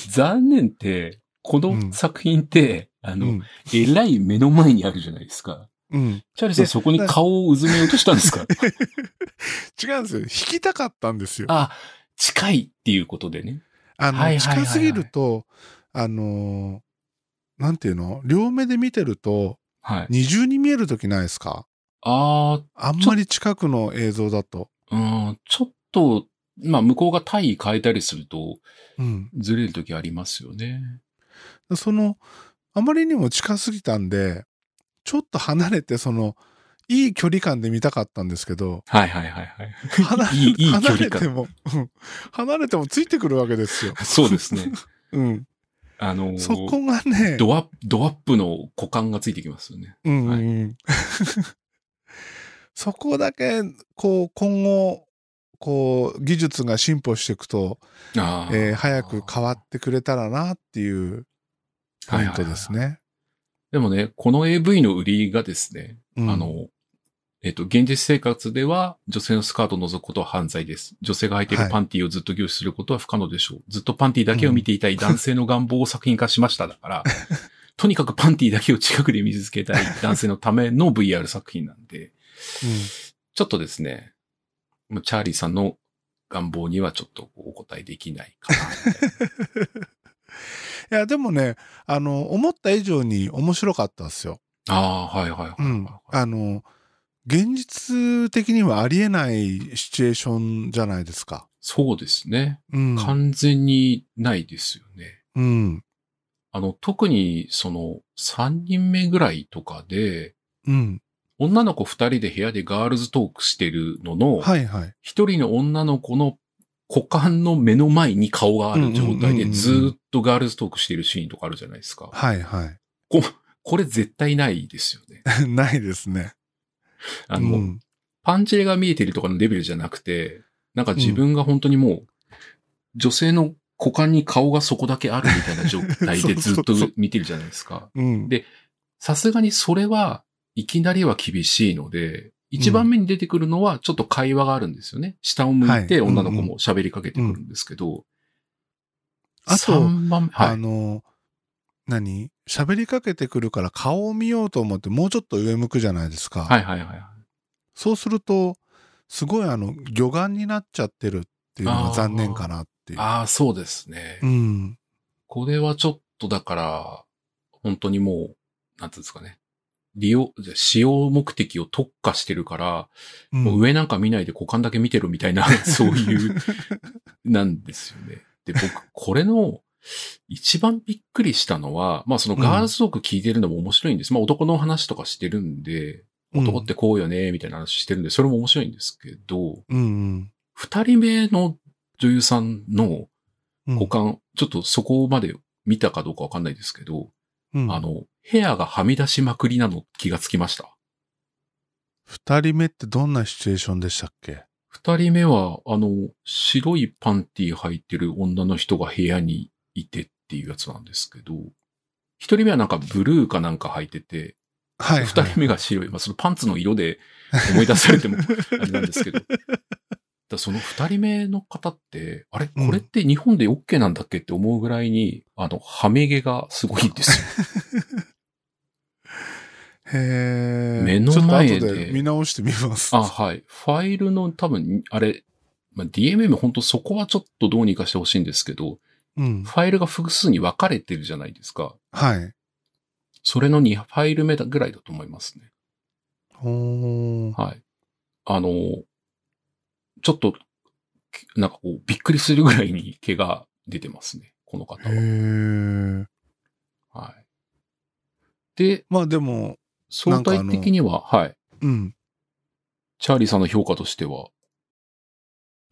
S3: 残念って、こ
S2: うん
S3: の作品って、あ
S2: う
S3: の、
S2: ん。
S3: えらい目の前にあるじゃないですか。
S2: うん。
S3: チャーリーさん
S2: で
S3: そこに顔をうずめようとしたんです か
S2: 違うんですよ。引きたかったんですよ。
S3: あ、近いっていうことでね。
S2: あの、
S3: はいはいはいはい
S2: 近すぎると、あのーなんていうの両目で見てると、
S3: はい。
S2: 二重に見えるときないですか
S3: あ
S2: あんまり近くの映像だと。
S3: あ、うん、ちょっと、まあ、向こうが体位変えたりすると、
S2: うん。
S3: ずれる時ありますよね。、
S2: その、あまりにも近すぎたんで、ちょっと離れて、その、いい距離感で見たかったんですけど
S3: はいはいはい はい。
S2: 離れ
S3: いいいい距離感
S2: 離れても、うん離れてもついてくるわけですよ。
S3: そうですね。
S2: うん。
S3: あのー
S2: そこがね、
S3: ドア、ドアップの股間がついてきますよね。
S2: うんうんうん そこだけ、こう、今後、こう、技術が進歩していくと、
S3: ああ
S2: えー早く変わってくれたらなっていうポイントです。
S3: はいはいはい
S2: ね。
S3: でもね、この AV の売りがですね、
S2: うん
S3: あ、の、えっと、現実生活では女性のスカートを覗くことは犯罪です。女性が履いてい
S2: は
S3: る
S2: い
S3: パンティーをずっと凝視することは不可能でしょう。ずっとパンティーだけを見ていたい男性の願望を作品化しました だから、とにかくパンティーだけを近くで見続けたい男性のための VR 作品なんで、ちょっとですね、もうチャーリーさんの願望にはちょっとお答えできないかなみたいな。
S2: いや、でもね、あの、思った以上に面白かったですよ。
S3: ああ、はいはいはいは
S2: う
S3: い、
S2: ん。あの、現実的にはありえないシチュエーションじゃないですか。
S3: そうですね。
S2: うん。
S3: 完全にないですよね。
S2: うん。
S3: あの、特にその3人目ぐらいとかで、
S2: うん。
S3: 女の子2人で部屋でガールズトークしてるのの、
S2: はいはい。
S3: 1人の女の子の股間の目の前に顔がある状態
S2: うんうんうんう
S3: で
S2: ん
S3: ずーっとガールズトークしてるシーンとかあるじゃないですか。
S2: はいはい。
S3: ここれ絶対ないですよね。
S2: ないですね。
S3: あの、
S2: うん
S3: パンチレが見えてるとかのレベルじゃなくて、なんか自分が本当にもう、女性の股間に顔がそこだけあるみたいな状態でずっ
S2: そ
S3: と
S2: うそうそう
S3: 見てるじゃないですか。
S2: うん。
S3: でさすがにそれはいきなりは厳しいので、一番目に出てくるのはちょっと会話があるんですよね。下を向いて
S2: はい
S3: 女の子も喋りかけてくるんですけど。
S2: あと
S3: 3番目、は
S2: あ
S3: い。
S2: の、何喋りかけてくるから顔を見ようと思ってもうちょっと上向くじゃないですか。
S3: はいはいはいはい。
S2: そうすると、すごいあの、魚眼になっちゃってるっていうのが残念かなっていう。
S3: ああ、そうですね。
S2: うん。
S3: これはちょっとだから、本当にもう、なんていうんですかね。利用、じゃあ使用目的を特化してるから、
S2: うん
S3: もう上なんか見ないで股間だけ見てるみたいな、そういう、なんですよね。で、僕、これの、一番びっくりしたのは、まあそのガールズトーク聞いてるのも面白いんです。まあ男の話とかしてるんで、男ってこうよね、みたいな話してるんで、それも面白いんですけど、
S2: うんうん
S3: 二人目の女優さんの
S2: うん。
S3: 股間、ちょっとそこまで見たかどうかわかんないですけど、
S2: うん
S3: あの、ヘアがはみ出しまくりなの気がつきました。
S2: 二人目ってどんなシチュエーションでしたっけ
S3: 二人目は、あの、白いパンティー履いてる女の人が部屋にいてっていうやつなんですけど、一人目はなんかブルーかなんか履いてて、
S2: は
S3: 二、
S2: い。
S3: 人目が白い。まあ、そのパンツの色で思い出されてもあれなんですけど。だからその二人目の方って、あれ
S2: うん
S3: これって日本で OK なんだっけって思うぐらいに、あの、はめ毛がすごいんですよ。
S2: へー
S3: 目の前で
S2: ちょっと後で見直してみます。
S3: あ、はい。ファイルの多分、あれ、まあ、DMM 本当そこはちょっとどうにかしてほしいんですけど、
S2: うん。
S3: ファイルが複数に分かれてるじゃないですか。
S2: はい。
S3: それの2ファイル目だぐらいだと思いますね。
S2: ほー
S3: はい。あの、ちょっとなんかこう、びっくりするぐらいに毛が出てますね。この方
S2: へ
S3: は。
S2: え。
S3: はい。で、
S2: まあでも、
S3: 相対的には、はい。
S2: うん。
S3: チャーリーさんの評価としては、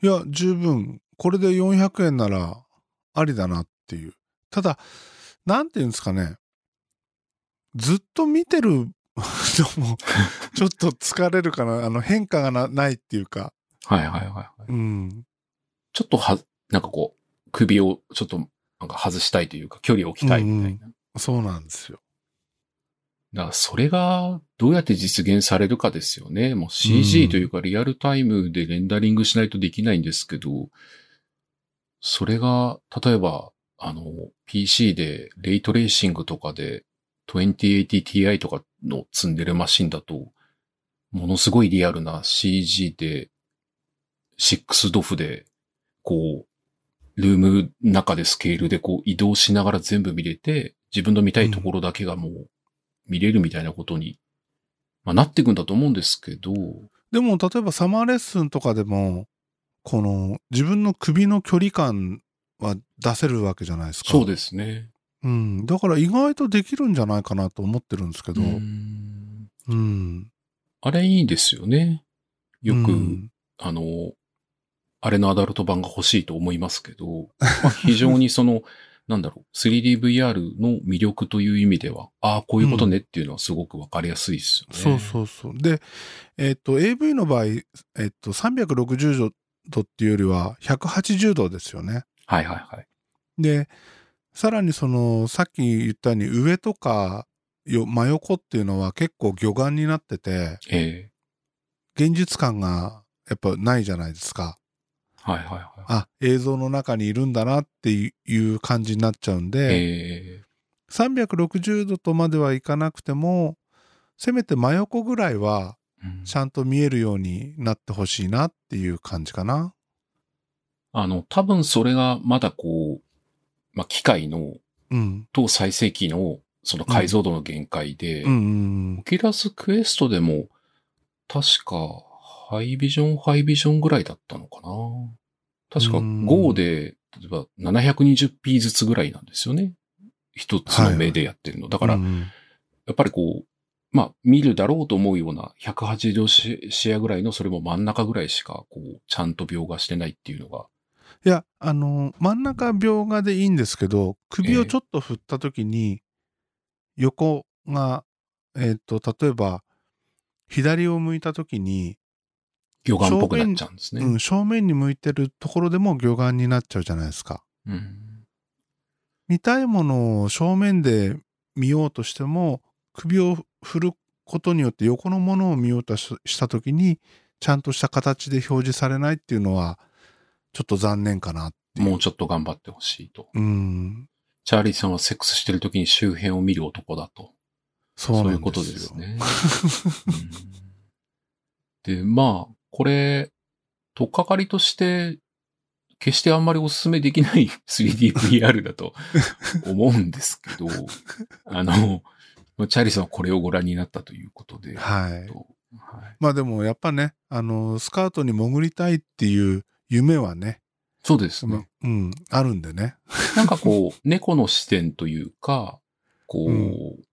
S2: いや、十分。これで400円なら、ありだなっていう。ただ、なんていうんですかね。ずっと見てるの も、ちょっと疲れるかな。あの、変化がなないっていうか。
S3: はいはいはいはい。
S2: うん。
S3: ちょっとは、なんかこう、首をちょっとなんか外したいというか、距離を置きたいみたいな。
S2: そうなんですよ。
S3: だからそれがどうやって実現されるかですよね。もう
S2: う
S3: CG
S2: ん
S3: というかリアルタイムでレンダリングしないとできないんですけど、それが、例えば、あの、PC でレイトレーシングとかで 2080Ti とかの積んでるマシンだと、ものすごいリアルな CG で、6ドフで、こう、ルームの中でスケールでこう移動しながら全部見れて、自分の見たいところだけがもう見れるみたいなことに、まあ、なっていくんだと思うんですけど、
S2: でも、例えばサマーレッスンとかでも、この、自分の首の距離感は出せるわけじゃないですか。
S3: そうですね。
S2: うん。だから意外とできるんじゃないかなと思ってるんですけど。
S3: うん
S2: うん。
S3: あれいいですよね。よく、
S2: うん
S3: あの、あれのアダルト版が欲しいと思いますけど、まあ、非常にその、 なんだろう、3DVR の魅力という意味では、ああ、こういうことねっていうのはすごくわかりやすいですよね。
S2: そうそうそう。で、えっ、と、AV の場合、えっ、と、360度っていうよりは180度ですよね。
S3: はいはいはい。
S2: で、さらにその、さっき言ったように上とかよ真横っていうのは結構魚眼になってて、
S3: え
S2: 現実感がやっぱないじゃないですか。
S3: えはいはいはい。
S2: あ、映像の中にいるんだなっていう感じになっちゃうんで、
S3: ええ
S2: 360度とまではいかなくても、せめて真横ぐらいは
S3: うん
S2: ちゃんと見えるようになってほしいなっていう感じかな。
S3: あの、多分それがまだこう、まあ、機械の、
S2: うん。
S3: と再生機の、その解像度の限界で、
S2: うんうん
S3: オキュラスクエストでも、確か、ハイビジョン、ハイビジョンぐらいだったのかな。確か
S2: うん
S3: 5で、例えば 720p ずつぐらいなんですよね。一つの目でやってるの。だ
S2: う
S3: から、や
S2: ん。
S3: っぱりこう、まあ、見るだろうと思うような180度シェアぐらいの、それも真ん中ぐらいしか、こう、ちゃんと描画してないっていうのが、
S2: いや、あの、真ん中描画でいいんですけど、首をちょっと振った時に、横が、えっ、と、例えば、左を向いた時に、
S3: 魚眼っぽくなっちゃうんですね。
S2: うん、正面に向いてるところでも魚眼になっちゃうじゃないですか。
S3: うん
S2: 見たいものを正面で見ようとしても首を振ることによって横のものを見ようとしした時にちゃんとした形で表示されないっていうのはちょっと残念かなっていう。
S3: もうちょっと頑張ってほしいと。
S2: うん。
S3: チャーリーさんはセックスしてる時に周辺を見る男だと。
S2: そう
S3: そう
S2: ないん
S3: うことで
S2: です
S3: す
S2: よ。
S3: ね。うんで、まあ、これ、とっかかりとして、決してあんまりお勧めできない 3DVR だと思うんですけ ど、あの、まあチャーリーさんはこれをご覧になったということで、
S2: はい。
S3: とはい
S2: まあでもやっぱね、あの、スカートに潜りたいっていう夢はね、
S3: そうです
S2: ま
S3: ね。
S2: うん、あるんでね。
S3: なんかこう、 猫の視点というか、こう、
S2: うん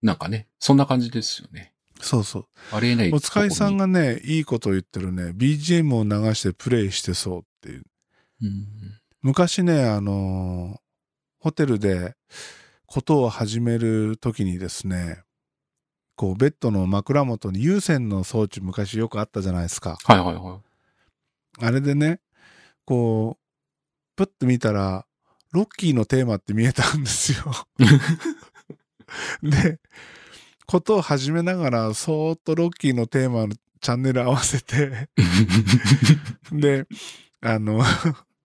S3: なんかね、そんな感じですよね。
S2: そうそう。
S3: ありえない
S2: お使いさん
S3: が、
S2: がね、いいこと言ってるね、BGM を流してプレイしてそうっていう。
S3: うん
S2: 昔ねあのーホテルでことを始める時にですねこうベッドの枕元に有線の装置昔よくあったじゃないですか
S3: はいはいはい。
S2: あれでねこうプッと見たらロッキーのテーマって見えたんです よでことを始めながらそーっとロッキーのテーマのチャンネル合わせてで、あの、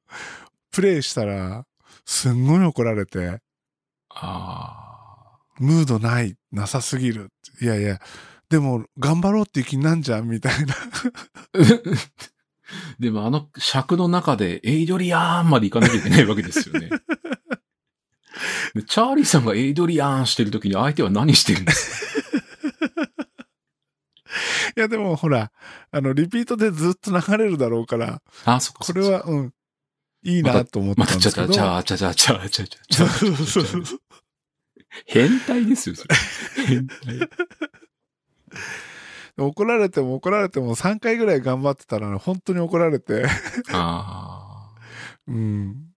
S2: プレイしたら、すんごい怒られて、
S3: あ
S2: ムードない、なさすぎる。いやいや、でも、頑張ろうっていう気になんじゃんみたいな。
S3: ー でもあの尺の中でエイドリアーンまで行かなきゃいけないわけで すよね。でチャーリーさんがエイドリアーンしてるときに相手は何してるんですか
S2: いや、でもほら、あの、リピートでずっと流れるだろうから、
S3: あ、そっか。
S2: これは、うん、いいなと思っ
S3: ま
S2: た
S3: た
S2: ん
S3: ち
S2: で
S3: ゃ
S2: すけ
S3: ち
S2: ど。
S3: ゃちゃちゃちゃちゃちゃちゃちゃ
S2: そうそうそう そう
S3: 変態ですよ、それ。変態。
S2: 怒られても怒られても3回ぐらい頑張ってたら、本当に怒られて、
S3: あ
S2: うん。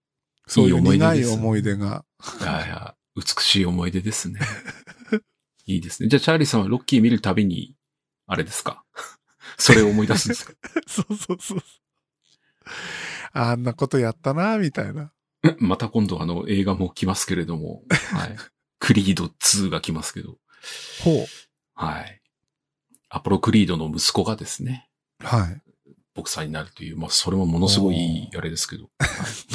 S2: そういう苦い思い出が。
S3: あ。いやいや、美しい思い出ですね。いいですね。じゃあ、チャーリーさんはロッキー見るたびに、あれですかそれを思い出すんですか
S2: そうそうそう。あんなことやったな、みたいな。
S3: また今度あの映画も来ますけれども、はい。クリード2が来ますけど、
S2: ほう。
S3: はい。アポロクリードの息子がですね、
S2: はい。
S3: ボクサーになるという、まあ、それもものすごいいいあれですけど、はい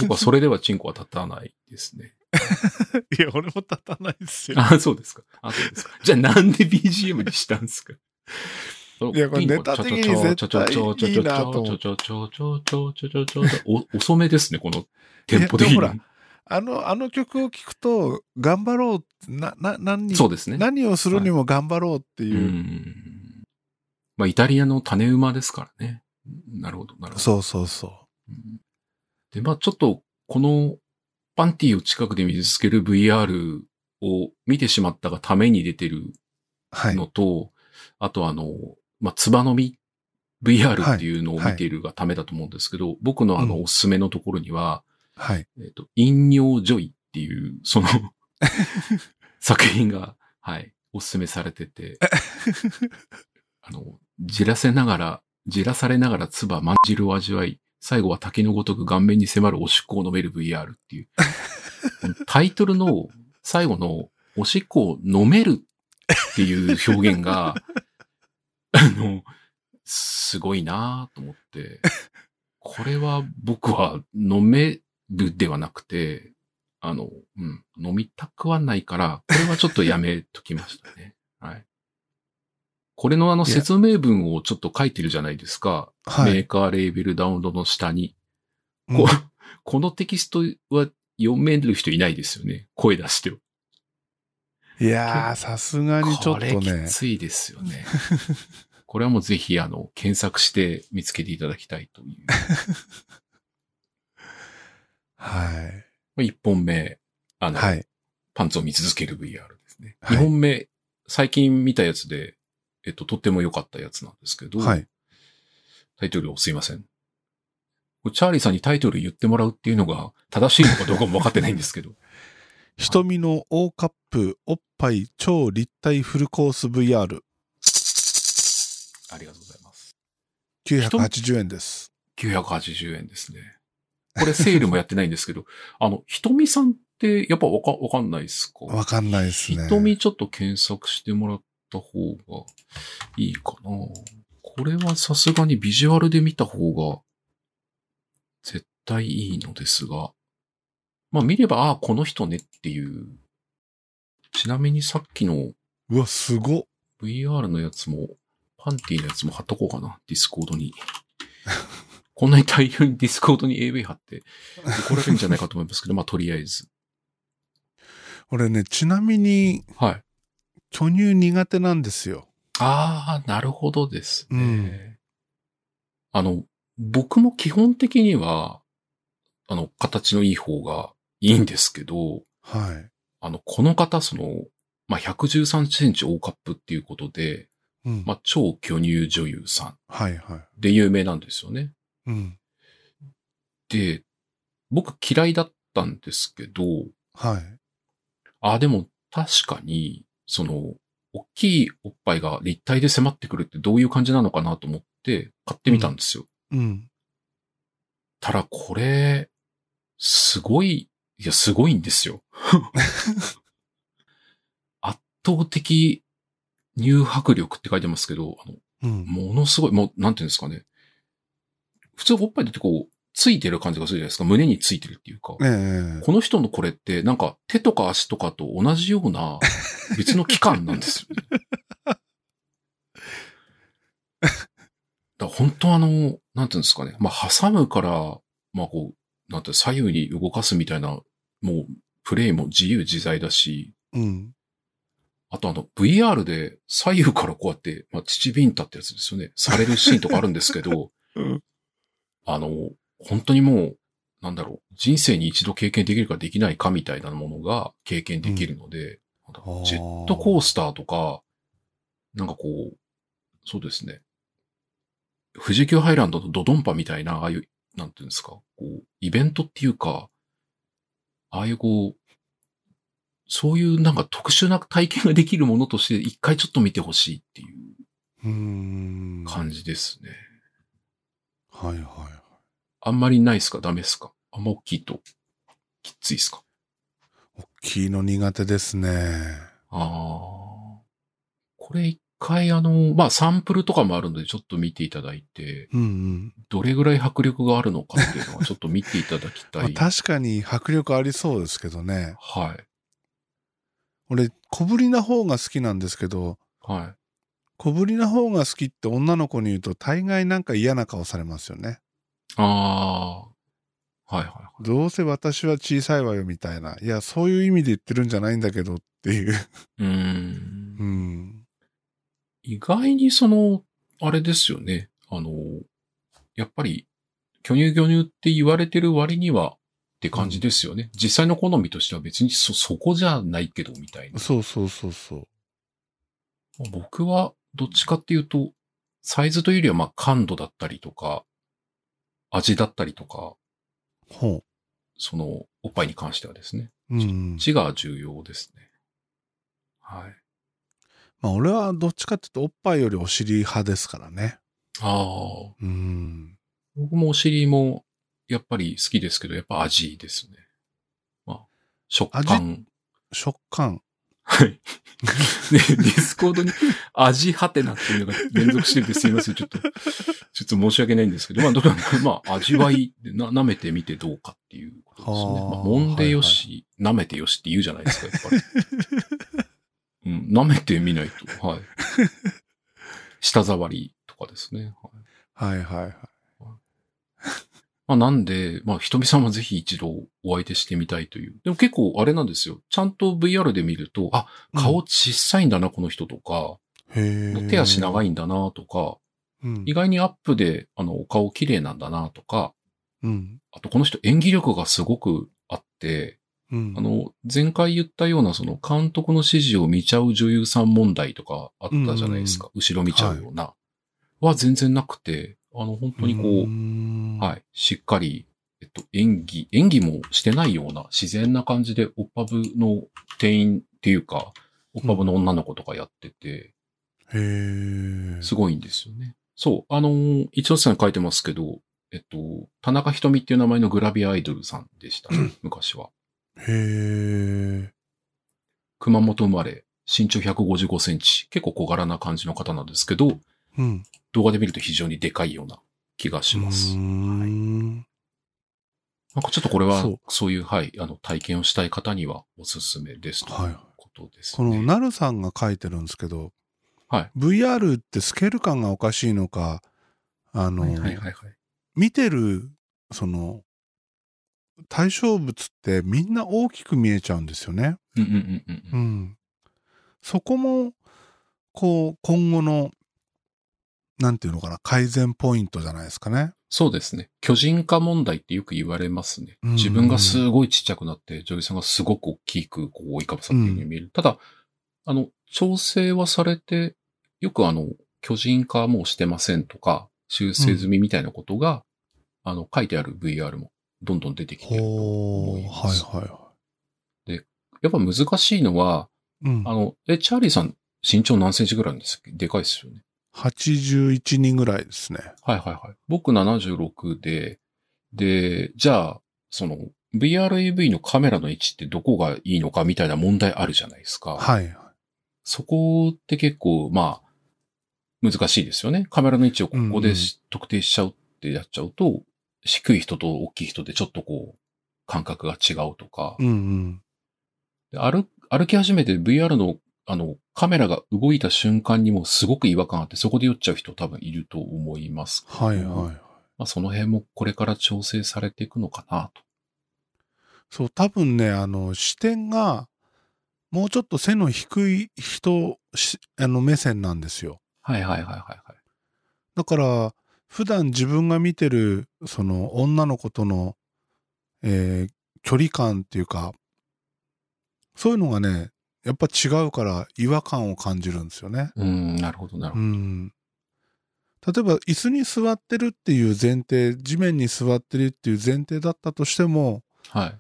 S3: 僕はそれではチンコは立たないですね。
S2: いや、俺も立たないですよ。
S3: あ、そうですか。あ、そうですか。じゃあなんで BGM にしたんですか
S2: いやこれネタ的に絶対いいなと思う
S3: ちょちょちょちょちょちょちょちょちょちょちょちょちょお遅めですね、このテンポ的
S2: い
S3: に
S2: やでも。あの、あの曲を聴くと、頑張ろう、な、な、何に、
S3: そうですね。
S2: 何をするにも頑張ろうって
S3: う
S2: いう。
S3: ん。まあ、イタリアの種馬ですからね。なるほど、なるほど。
S2: そうそうそ
S3: うんで、まあちょっと、このパンティを近くで見つける VR を見てしまったがために出てる
S2: う。はい。
S3: のと、あとあの、まあ、つばのみ VR っていうのを見ているがためだと思うんですけど、僕のあ
S2: う
S3: の
S2: ん
S3: おすすめのところには、
S2: はい。
S3: えっ、と、陰陽ジョイっていう、その、作品が、はい、おすすめされてて、あの、じらせながら、じらされながら唾まんじるを味わい、最後は滝のごとく顔面に迫るおしっこを飲める VR っていう、このタイトルの最後のおしっこを飲めるっていう表現が、あの、すごいなぁと思って、これは僕は飲めるではなくて、あの、うん、飲みたくはないから、これはちょっとやめときましたね。 はい。これのあの
S2: いや
S3: 説明文をちょっと書いてるじゃないですか。
S2: はい
S3: メーカー、レーベル、ダウンロードの下に。
S2: うん
S3: ここのテキストは読める人いないですよね。声出しては。
S2: いやー、さすがにちょっ
S3: ことれき
S2: ね。
S3: ついです よね。これはもうぜひ、あの、検索して見つけていただきたいと いう。
S2: はい。
S3: 1本目、あの、
S2: はい。
S3: パンツを見続ける VR ですね。
S2: はい
S3: 2本目、最近見たやつで、えっと、とっても良かったやつなんですけど、
S2: はい。
S3: タイトルをすいません。これチャーリーさんにタイトル言ってもらうっていうのが正しいのかどうかも分かってない んですけど、
S2: 瞳の O カップ、おっぱい、超立体フルコース VR。
S3: ありがとうございます。
S2: 980円です。
S3: 980円ですね。これセールもやってないんですけど、あの、ひとみさんってやっぱわか、わかんないですか
S2: わかんないですね。
S3: ひとみちょっと検索してもらった方がいいかな。これはさすがにビジュアルで見た方が絶対いいのですが。まあ見れば、ああ、この人ねっていう。ちなみにさっきの
S2: うわ、すごっ。
S3: VR のやつも、パンティのやつも貼っとこうかな。ディスコードに。こんなに大量にディスコードに AV 貼って怒られるんじゃないかと思いますけど、まあとりあえず。
S2: 俺ね、ちなみに、
S3: はい。
S2: 巨乳苦手なんですよ。
S3: ああ、なるほどですね。
S2: うん
S3: あの、僕も基本的には、あの、形のいい方がいいんですけど、
S2: は
S3: あの、この方、その、まあ、113センチ大カップっていうことで、
S2: い。うん。
S3: まあ、超巨乳女優さん
S2: はいは
S3: で有名なんですよね。
S2: い。うん。
S3: で、僕嫌いだったんですけど、
S2: はい。
S3: あ、でも確かに、その、大きいおっぱいが立体で迫ってくるってどういう感じなのかなと思って買ってみたんですよ。
S2: うん。
S3: ただこれ、すごい、いや、すごいんですよ。圧倒的乳白力って書いてますけど、あの
S2: うん。
S3: ものすごい、もう、なんていうんですかね。普通おっぱいってこう、ついてる感じがするじゃないですか。胸についてるっていうか。
S2: ええ
S3: この人のこれって、なんか手とか足とかと同じような別の器官なんですよ、ね。だから本当あの、なんていうんですかね。まあ、挟むから、まあこう、なんていう左右に動かすみたいな、もう、プレイも自由自在だし、
S2: うん。
S3: あとあの、VR で左右からこうやって、まあ、父ビンタってやつですよね。されるシーンとかあるんですけど、
S2: うん
S3: あの、本当にもう、なんだろう、人生に一度経験できるかできないかみたいなものが経験できるので、
S2: ー
S3: ジェットコースターとか、なんかこう、そうですね。富士急ハイランドのドドンパみたいな、ああいう、なんていうんですか、こう、イベントっていうか、ああいうこう、そういうなんか特殊な体験ができるものとして一回ちょっと見てほしいっていう
S2: うーん。
S3: 感じですね。
S2: はいはい。
S3: あんまりないっすかダメっすかあんま大きいときついっすか
S2: 大きいの苦手ですね。
S3: ああ。これ一回あの、まあサンプルとかもあるのでちょっと見ていただいて、
S2: うんうん。
S3: どれぐらい迫力があるのかっていうのはちょっと見ていただきた
S2: ま
S3: い。
S2: あ確かに迫力ありそうですけどね。
S3: はい。
S2: 俺、小ぶりな方が好きなんですけど、
S3: はい。
S2: 小ぶりな方が好きって女の子に言うと大概なんか嫌な顔されますよね。
S3: ああ。はいはいはい。
S2: どうせ私は小さいわよみたいな。いや、そういう意味で言ってるんじゃないんだけどっていう。
S3: うー。
S2: うんん。
S3: 意外にその、あれですよね。あの、やっぱり、巨乳巨乳って言われてる割にはって感じですよね。実際の好みとしては別にそ、そこじゃないけどみたいな。
S2: そうそうそうそう。
S3: 僕はどっちかっていうと、サイズというよりはまあ感度だったりとか、味だったりとか、
S2: ほ
S3: その、おっぱいに関してはですね。
S2: う。うん。
S3: 字が重要ですね。はい。
S2: まあ俺はどっちかって言うとおっぱいよりお尻派ですからね。
S3: ああ。
S2: うん。
S3: 僕もお尻もやっぱり好きですけど、やっぱ味ですね。まあ、食感。
S2: 食感。
S3: はい。ね、ディスコードに味はてなっていうのが連続してるんですいません。ちょっと、ちょっと申し訳ないんですけど、まあ、どれもまあ、味わいでな、舐めてみてどうかっていうことですね。
S2: はあ
S3: まあ、揉んでよし、舐めてよしって言うじゃないですか、やっぱ り。うん、舐めてみないと。はい。舌触りとかですね。は
S2: は
S3: い
S2: いはいはい。
S3: まあ、なんで、まあ、ひとみさんはぜひ一度お相手してみたいという。でも結構あれなんですよ。ちゃんと VR で見ると、あ、顔小さいんだな、この人とか、
S2: へえ。
S3: 手足長
S2: い。
S3: いんだな、とか、
S2: うん
S3: 意。外にアップで、あの、お顔綺麗なんだな、とか、
S2: うん。
S3: あとこの人演技力がすごくあって、
S2: うん。
S3: あ、の、前回言ったようなその監督の指示を見ちゃう女優さん問題とかあったじゃないですか。後ろ見ちゃうような。は全然なくて、あの、本当にこう、
S2: う。
S3: はいい。しっかり、えっと、演技、演技もしてないような自然な感じで、オッパブの店員っていうか、オッパブの女の子とかやってて、
S2: へえ。
S3: すごいんですよね。そう。あのー、一応さんに書いてますけど、えっと、田中瞳っていう名前のグラビアアイドルさんでした、ね、昔は。
S2: へえ。
S3: 熊本生まれ、身長155センチ、結構小柄な感じの方なんですけど、
S2: うん。
S3: 動画で見ると非常にでかいような気がします
S2: うー。ん。
S3: なんかちょっとこれは、
S2: そ
S3: そう
S2: う
S3: いう、はい、あの、体験をしたい方にはおすすめですと
S2: はい
S3: いうことです
S2: こ
S3: ね。
S2: の、なるさんが書いてるんですけど、
S3: はい
S2: VR ってスケール感がおかしいのか、あの、
S3: はいはいはいはい。
S2: 見てる、その、対象物ってみんな大きく見えちゃうんですよね。
S3: うんうんうんうんう。
S2: うんん。そこも、こう、今後の、なんていうのかな、改善ポイントじゃないですかね。
S3: そうですね。巨人化問題ってよく言われますね。
S2: うん
S3: 自分がすごいちっちゃくなって、女優さんがすごく大きくこう追いかぶさっているように見える。ただ、あの、調整はされて、よくあの、巨人化はもうしてませんとか、修正済みみたいなことが、あの、書いてある VR もどんどん出てきてると思い
S2: ー
S3: ま
S2: はい
S3: す。
S2: はいは
S3: やっぱ難しいのは、
S2: い。うん
S3: あ。の、え、チャーリーさん、身長何センチぐらいなんですっけでかいですよね。
S2: 81人ぐらいですね。
S3: はいはいはい。僕76で、で、じゃあ、その、VRAV のカメラの位置ってどこがいいのかみたいな問題あるじゃないですか。
S2: はいはい。
S3: そこって結構、まあ、難しいですよね。カメラの位置をここでし特定しちゃうってやっちゃうと、低い人と大きい人でちょっとこう、感覚が違うとか
S2: う、んうん。
S3: で歩歩き始めて VR のあのカメラが動いた瞬間にもうすごく違和感あって、そこで酔っちゃう人多分いると思います。
S2: はいはい。
S3: まあ、その辺もこれから調整されていくのかなと。
S2: そう、多分ね、あの、視点が、もうちょっと背の低い人しあの目線なんですよ。
S3: はいはいはいはい。
S2: だから、普段自分が見てる、その女の子との、えー距離感っていうか、そういうのがね、やっぱ違うから違和感を感じるんですよね。
S3: うん、なるほどなる
S2: う
S3: ほど。
S2: ん。例えば、椅子に座ってるっていう前提、地面に座ってるっていう前提だったとしても、
S3: はい。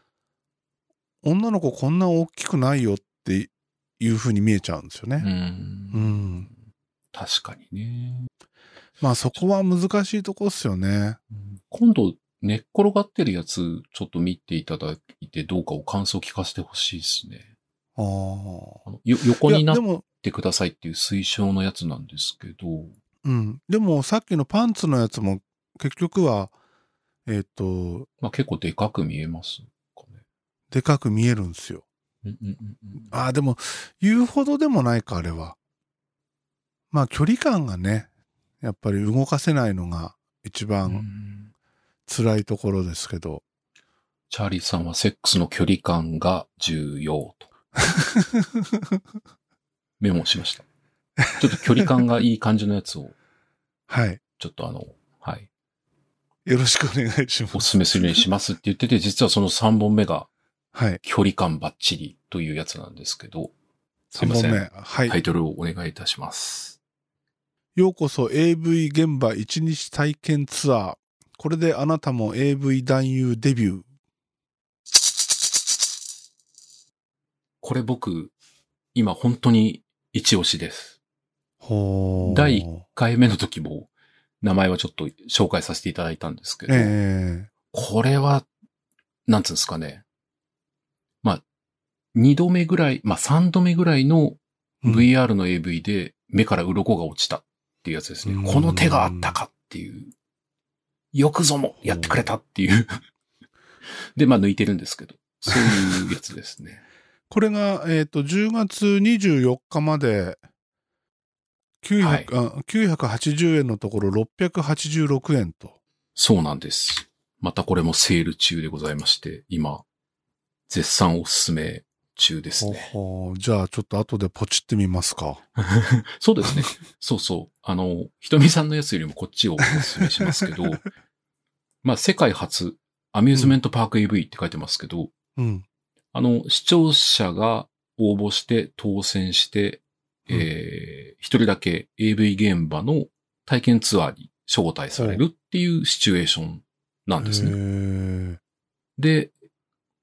S2: 女の子こんな大きくないよっていうふうに見えちゃうんですよ
S3: う。
S2: ね。うんん。
S3: 確かにね。
S2: まあそこは難しいとこっすよね。
S3: うん今度、寝っ転がってるやつ、ちょっと見ていただいて、どうかを感想聞かせてほしいですね。
S2: ああ。
S3: あのよ横に
S2: い
S3: な
S2: や
S3: っ
S2: でも、
S3: てくださいっていう推奨のやつなんですけど、
S2: うん。でもさっきのパンツのやつも結局は、えっ、と、
S3: まあ結構でかく見えますかね。
S2: でかく見えるんですよ。
S3: うんうんうんうん
S2: ああ、でも言うほどでもないか、あれは。まあ距離感がね、やっぱり動かせないのが一
S3: う
S2: 番
S3: ん
S2: 辛いところですけど。
S3: チャーリーさんはセックスの距離感が重要と。メモしました。ちょっと距離感がいい感じのやつを、
S2: はい。
S3: ちょっとあの、はい、
S2: よろしくお願いし
S3: お
S2: ます。
S3: 勧めするようにしますって言ってて、実はその3本目が
S2: はい。
S3: 距離感バッチリというやつなんですけど、すい
S2: 3
S3: ま
S2: 本
S3: せん
S2: 目。はい
S3: タ。イトルをお願いいたします。
S2: ようこそ AV 現場一日体験ツアー。これであなたも AV 男優デビュー。
S3: これ僕、今本当に一押しです。
S2: ほ
S3: ー第一1回目の時も名前はちょっと紹介させていただいたんですけど、
S2: え
S3: これは、なんつうんですかね。まあ、2度目ぐらい、まあ3度目ぐらいの
S2: え
S3: VR の AV で目から鱗が落ちたっていうやつですね。
S2: うん
S3: この手があったかっていう。よくぞもやってくれたっていう。で、まあ抜いてるんですけど。そういうやつです ね。
S2: これが、えっ、と、10月24日まで、900
S3: はい
S2: あ980円のところ686円と。
S3: そうなんです。またこれもセール中でございまして、今、絶賛おすすめ中ですね。
S2: ほほじゃあ、ちょっと後でポチってみますか。
S3: そうですね。そうそう。あの、ひとみさんのやつよりもこっちをお勧めしますけど、まあ、世界初、アミューズメントパーク AV って書いてますけど、
S2: うん。
S3: あの、視聴者が応募して当選して、えー一人だけ AV 現場の体験ツアーに招待されるっていうシチュエーションなんですね。
S2: ね。
S3: で、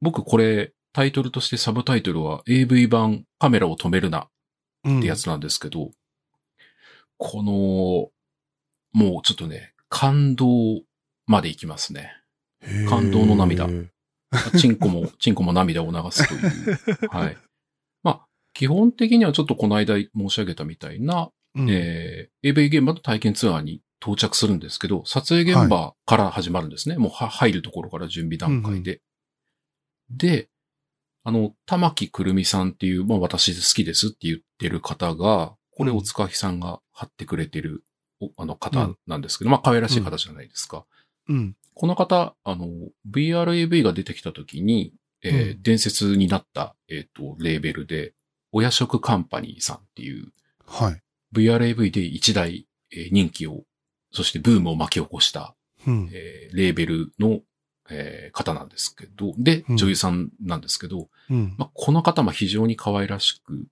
S3: 僕これ、タイトルとしてサブタイトルは AV 版カメラを止めるな
S2: うん
S3: ってやつなんですけど、この、もうちょっとね、感動までいきますね。
S2: へー
S3: 感動の涙チンコも、チンコも涙を流すという。はい。まあ、基本的にはちょっとこの間申し上げたみたいな、
S2: うん
S3: えー、AV 現場の体験ツアーに到着するんですけど、撮影現場から始まるんですね。もうは入るところから準備段階で。で、あの、玉木くるみさんっていう、まあ私好きですって言ってる方が、これ
S2: うん
S3: を塚木さんが貼ってくれてる、おあの方なんですけど、まあ可愛らしい方じゃないですか。
S2: うん。
S3: この方、あの、VRAV が出てきた時に、えー
S2: う
S3: 伝説になった、えっ、と、レーベルで、親食カンパニーさんっていう、
S2: はい。
S3: VRAV で一大えー人気を、そしてブームを巻き起こした、
S2: うん。
S3: えーレーベルの、えー方なんですけど、で、
S2: うん
S3: 女優さんなんですけど、
S2: うん。
S3: まあ、この方も非常に可愛らしく、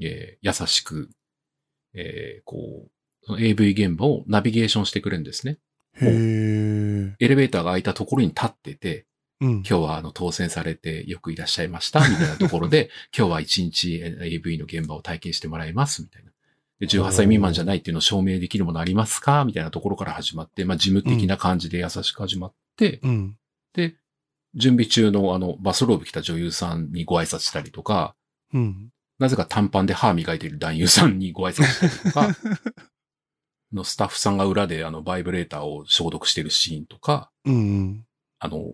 S3: えー優しく、えーこう、その AV 現場をナビゲーションしてくれるんですね。
S2: へえ。
S3: エレベーターが開いたところに立ってて、
S2: うん。
S3: 今日はあの当選されてよくいらっしゃいました、みたいなところで、今日は一日 AV の現場を体験してもらいます、みたいな。で18歳未満じゃないっていうのを証明できるものありますかみたいなところから始まって、まあ事務的な感じで優しく始まって、
S2: うん。
S3: で、準備中のあのバスローブ着た女優さんにご挨拶したりとか、
S2: うん。
S3: なぜか短パンで歯磨いてる男優さんにご挨拶したりとか、のスタッフさんが裏であのバイブレーターを消毒してるシーンとか、
S2: うん。
S3: あの、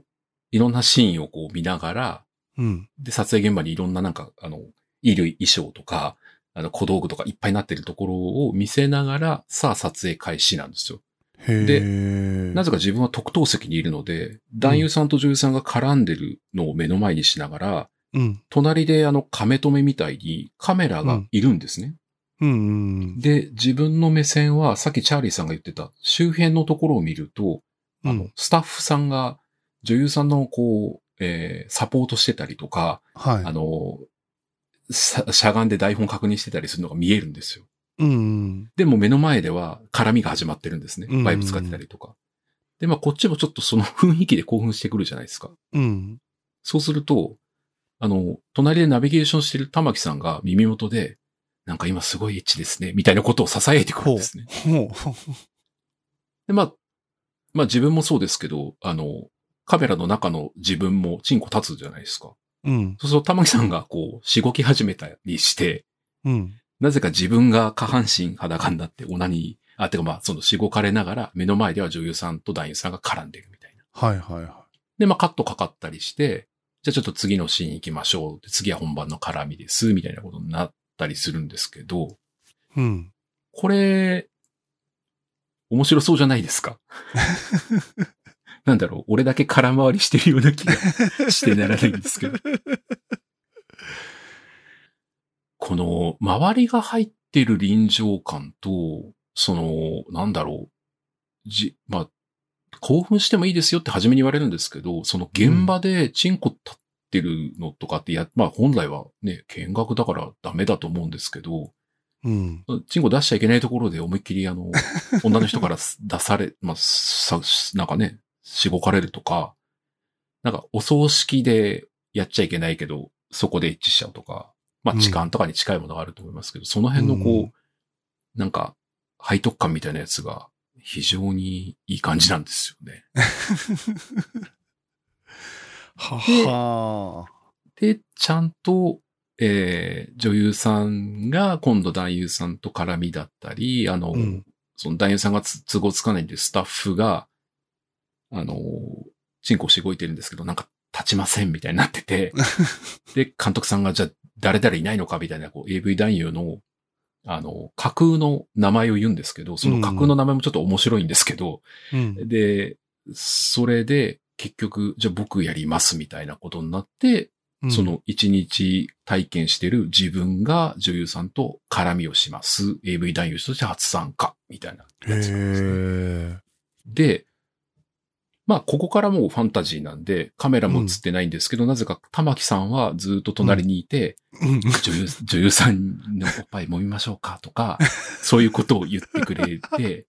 S3: いろんなシーンをこう見ながら、
S2: うん。
S3: で、撮影現場にいろんななんか、あの、衣類、衣装とか、あの、小道具とかいっぱいになってるところを見せながら、さあ撮影開始なんですよ。
S2: へえ。
S3: で
S2: な
S3: なぜか自分は特等席にいるので、男優さんと女優さんが絡んでるのを目の前にしながら、
S2: うん。
S3: 隣であの、亀止めみたいにカメラがいるんですね。
S2: うんうん。
S3: で、自分の目線は、さっきチャーリーさんが言ってた、周辺のところを見ると、
S2: う
S3: あの
S2: ん。、
S3: スタッフさんが、女優さんの、こう、えーサポートしてたりとか、あ
S2: は
S3: の、さしゃがんで台本確認してたりするのが見えるんですよ。
S2: い。うんうん。
S3: でも目の前では絡みが始まってるんですね
S2: うん。
S3: バイブ使ってたりとか。で、まあこっちもちょっとその雰囲気で興奮してくるじゃないですか。
S2: うん。
S3: そうすると、あの、隣でナビゲーションしてる玉木さんが耳元で、なんか今すごいエッチですね、みたいなことを囁いてくるんですね。
S2: も
S3: で、まあ、まあ自分もそうですけど、あの、カメラの中の自分もチンコ立つじゃないですか。
S2: う。うん。
S3: そうすると玉木さんがこう、しごき始めたりして、
S2: うん。
S3: なぜか自分が下半身裸になってオナニー、あ、てかまあ、そのしごかれながら目の前では女優さんと男優さんが絡んでるみたいな。
S2: はいはいは
S3: で、まあカットかかったりして、じゃあちょっと次のシーン行きましょう。で次は本番の絡みです、みたいなことになったりするんですけど、
S2: い。うん。
S3: これ、面白そうじゃないですかなんだろう、俺だけ空回りしてるような気がしてならないんですけど。この、周りが入ってる臨場感と、その、なんだろう、じ、まあ、興奮してもいいですよって初めに言われるんですけど、その現場でチンコ立ってるのとかってや、まあ本来はね、見学だからダメだと思うんですけど、
S2: うん。
S3: チンコ出しちゃいけないところで思いっきり あの、女の人からす出され、まあ、さ、なんかね、しごかれるとか、なんかお葬式でやっちゃいけないけど、そこで一致しちゃうとか、まあ
S2: うん
S3: 痴漢とかに近いものがあると思いますけど、その辺のこう、
S2: うん
S3: なんか背徳感みたいなやつが非常にいい感じなんですよね。
S2: はは
S3: で、ちゃんと、えー、女優さんが今度男優さんと絡みだったり、あの、
S2: うん
S3: その男優さんがつ都合つかないんでスタッフが、あのー、チンコをしごいてるんですけど、なんか立ちませんみたいになって て、で、監督さんがじゃあ誰々いないのかみたいな、こう AV 男優の、あの、架空の名前を言うんですけど、その架空の名前もちょっと面白いんですけど、
S2: うん。
S3: で、それで結局、じゃあ僕やりますみたいなことになって、
S2: うん
S3: そ。の一日体験してる自分が女優さんと絡みをします。AV 男優として初参加、みたいな
S2: へ
S3: やつなんですね、
S2: え。
S3: で、まあ、ここからもうファンタジーなんで、カメラも映ってないんですけど、なぜか玉木さんはずっと隣にいて、
S2: うん。
S3: 女優、女優さんのおっぱい揉みましょうかとか、 そういうことを言ってくれて、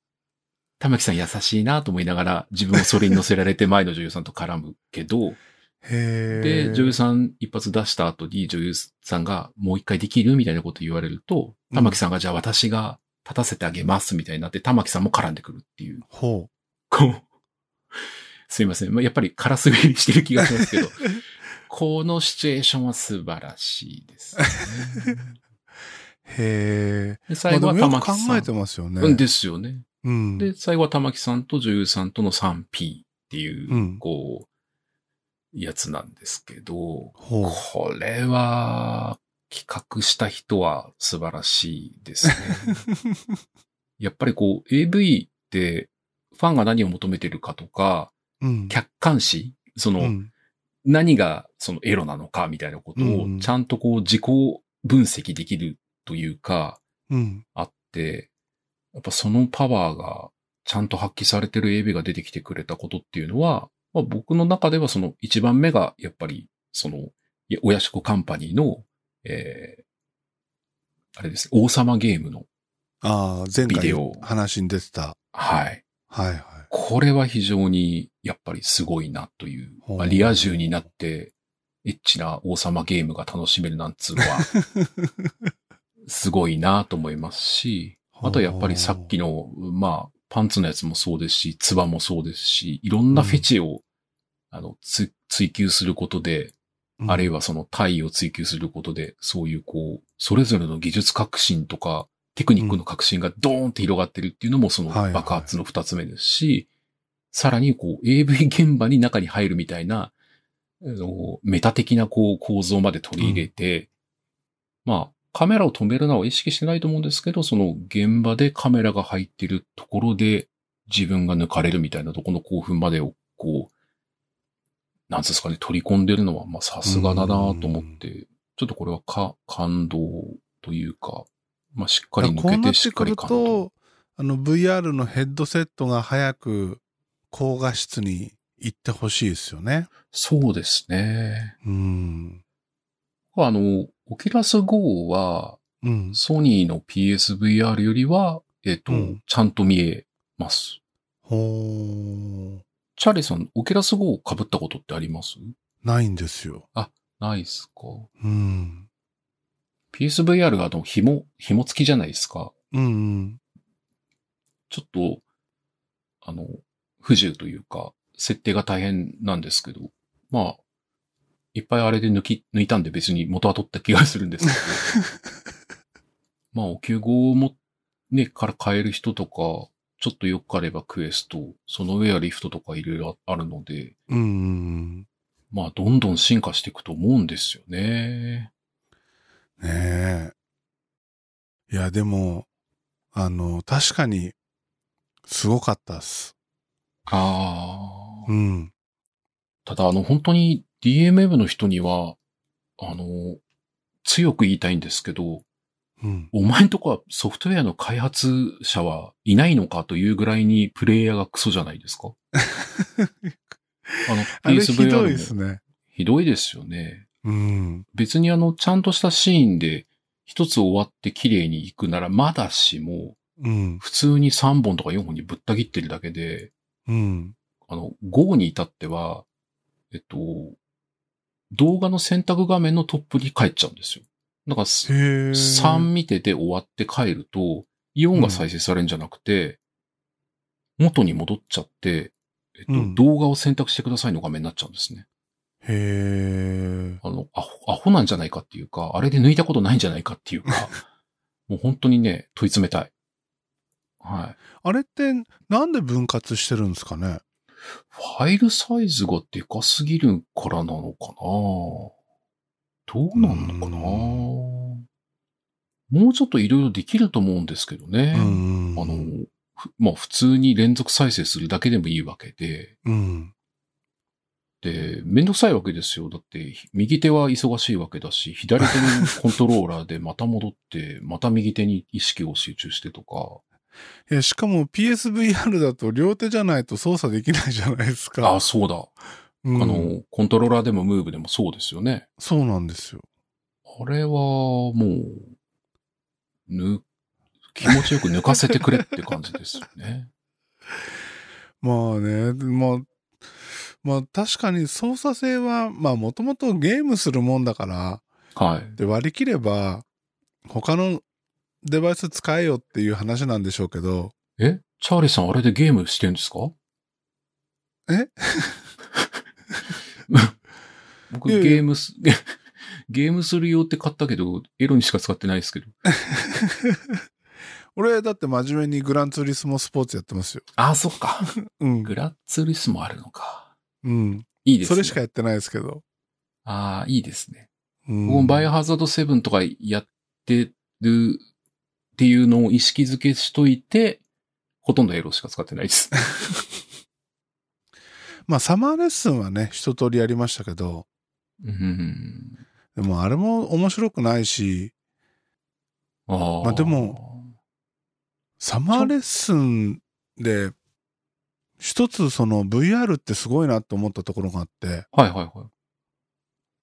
S3: 玉木さん優しいなと思いながら、自分をそれに乗せられて前の女優さんと絡むけど、
S2: へえ。
S3: で、女優さん一発出した後に女優さんがもう一回できるみたいなこと言われると、
S2: うん
S3: 玉木さんがじゃあ私が立たせてあげますみたいになって、玉木さんも絡んでくるっていう。
S2: ほ
S3: こう。すいません。まあ、やっぱりカラス滑りしてる気がしま すけど、このシチュエーションは素晴らしいです、ね。
S2: う。へえ。 まあ
S3: で
S2: で
S3: 最後
S2: も
S3: は
S2: よく
S3: 玉
S2: 考
S3: 木さん。
S2: えてますよね。
S3: うんですよね。
S2: うん。
S3: で、最後は玉木さんと女優さんとの 3P っていう、
S2: うん
S3: こう、やつなんですけど、
S2: ほう。
S3: これは、企画した人は素晴らしいですね。 やっぱりこう、AV って、ファンが何を求めてるかとか、
S2: うん。
S3: 客観視その、
S2: うん
S3: 何がそのエロなのかみたいなこと
S2: うんう
S3: を
S2: ん、
S3: ちゃんとこう、自己分析できるというか、
S2: うん。
S3: あって、やっぱそのパワーがちゃんと発揮されてる AV が出てきてくれたことっていうのは、まあ、僕の中ではその一番目がやっぱりその、いやおやしこカンパニーの、えーあれです、王様ゲームの、
S2: ああ、前
S3: ビデ
S2: 回
S3: オ
S2: 話に出てた。
S3: はい。
S2: はいはい。
S3: これは非常にやっぱりすごいなという、
S2: ほう
S3: まあリア充になって、エッチな王様ゲームが楽しめるなんつうのは、 すごいなと思いますし、あとはやっぱりさっきの、まあ、パンツのやつもそうですし、ツバもそうですし、いろんなフェチを、あの、つ追求することで、
S2: うん、
S3: あるいはその体位を追求することで、そういうこう、それぞれの技術革新とか、テクニックの革新がドーンって広がってるっていうのもその
S2: はいはい
S3: 爆発の二つ目ですし、さらにこう、AV 現場に中に入るみたいな、あのメタ的なこう構造まで取り入れて、まあ、カメラを止めるのは意識してないと思うんですけど、その現場でカメラが入ってるところで自分が抜かれるみたいなとこの興奮までをこう、なんつうんですかね、取り込んでるのは、まあ、さすがだなと思って、ちょっとこれはか、感動というか、まあ、しっかり
S2: だからこう
S3: 抜け、
S2: なってて
S3: しっ
S2: く
S3: かり
S2: る
S3: 感動。
S2: と、あの VR のヘッドセットが早く高画質に行ってほしいですよね。
S3: そうですね。
S2: うん。
S3: あの、オキュラス GO は、
S2: うん。
S3: ソニーの PSVR よりは、えっ、と、
S2: うん
S3: ちゃんと見えます。
S2: ほー。
S3: チャーリーさん、オキュラス GO を被ったことってあります
S2: ないんですよ。
S3: ないっすか
S2: うん。
S3: ?PSVR があの、紐、紐付きじゃないですか。
S2: うんうん。
S3: ちょっと、あの、不自由というか、設定が大変なんですけど、まあ、いっぱいあれで抜き、抜いたんで別に元は取った気がするんですけど、まあ、お給号も、ね、から買える人とか、ちょっとよくあればクエスト、その上はリフトとかいろいろあるので、
S2: うんうん
S3: まあ、どんどん進化していくと思うんですよね。
S2: うん。ねえ。いや、でも、あの、確かに、すごかったっす。
S3: ああ。
S2: うん。
S3: ただ、あの、本当に DMM の人には、あの、強く言いたいんですけど、
S2: うん。
S3: お前んとこはソフトウェアの開発者はいないのかというぐらいにプレイヤーがクソじゃないですかあの、
S2: あれひどいで
S3: PSVR
S2: す
S3: も
S2: ね。
S3: ひどいですよね。
S2: うん。
S3: 別にあの、ちゃんとしたシーンで一つ終わって綺麗に行くならまだしも、
S2: うん。
S3: 普通に3本とか4本にぶった切ってるだけで、
S2: うん。
S3: あの、Go に至っては、えっと、動画の選択画面のトップに帰っちゃうんですよ。だか
S2: へ
S3: ら、
S2: え。
S3: 3見てて終わって帰ると、4が再生されるんじゃなくて、元に戻っちゃって、えっと、
S2: うん
S3: 動画を選択してくださいの画面になっちゃうんですね。
S2: へえ。
S3: あの、アホ、アホなんじゃないかっていうか、あれで抜いたことないんじゃないかっ ていうか、もう本当にね、問い詰めたい。はい。
S2: あれって、なんで分割してるんですかね
S3: ファイルサイズがでかすぎるからなのかなどうなんのかな
S2: う
S3: もうちょっといろいろできると思うんですけどね。
S2: うん。
S3: あの、ふまあ普通に連続再生するだけでもいいわけで、
S2: うん。
S3: で、めんどくさいわけですよ。だって、ひ右手は忙しいわけだし、左 手のコントローラーでまた戻って、また右手に意識を集中してとか。
S2: いや、しかも PSVR だと両手じゃないと操作できないじゃないですか。
S3: あ、そうだ。
S2: うん
S3: あの、コントローラーでもムーブでもそうですよね。
S2: そうなんですよ。
S3: あれは、もう、ぬ、気持ちよく抜かせてくれって感じですよね。
S2: まあね、まあ、まあ確かに操作性は、まあもともとゲームするもんだから、
S3: はい。
S2: で割り切れば、他のデバイス使えよっていう話なんでしょうけ ど、
S3: えチャーリーさん、あれでゲームしてんですか
S2: え
S3: 僕、
S2: いやいや
S3: ゲームす、 ゲームする用って買ったけど、エロにしか使ってないですけど。
S2: 俺だって真面目にグランツーリスモスポーツやってますよ。
S3: あ、そ っか。
S2: うん。
S3: グラッツーリスもあるのか。
S2: うん。
S3: いいです
S2: そ
S3: ね。
S2: れしかやってないですけど。
S3: ああ、いいですね。
S2: うん
S3: 僕もバイオハザード7とかやってるっていうのを意識づけしといて、ほとんどエロしか使ってない です。
S2: まあサマーレッスンはね、一通りやりましたけど、
S3: うん。
S2: でもあれも面白くないし、
S3: あー
S2: まあでも、サマーレッスンで、一つその VR ってすごいなと思ったところがあって、
S3: はいはいはい。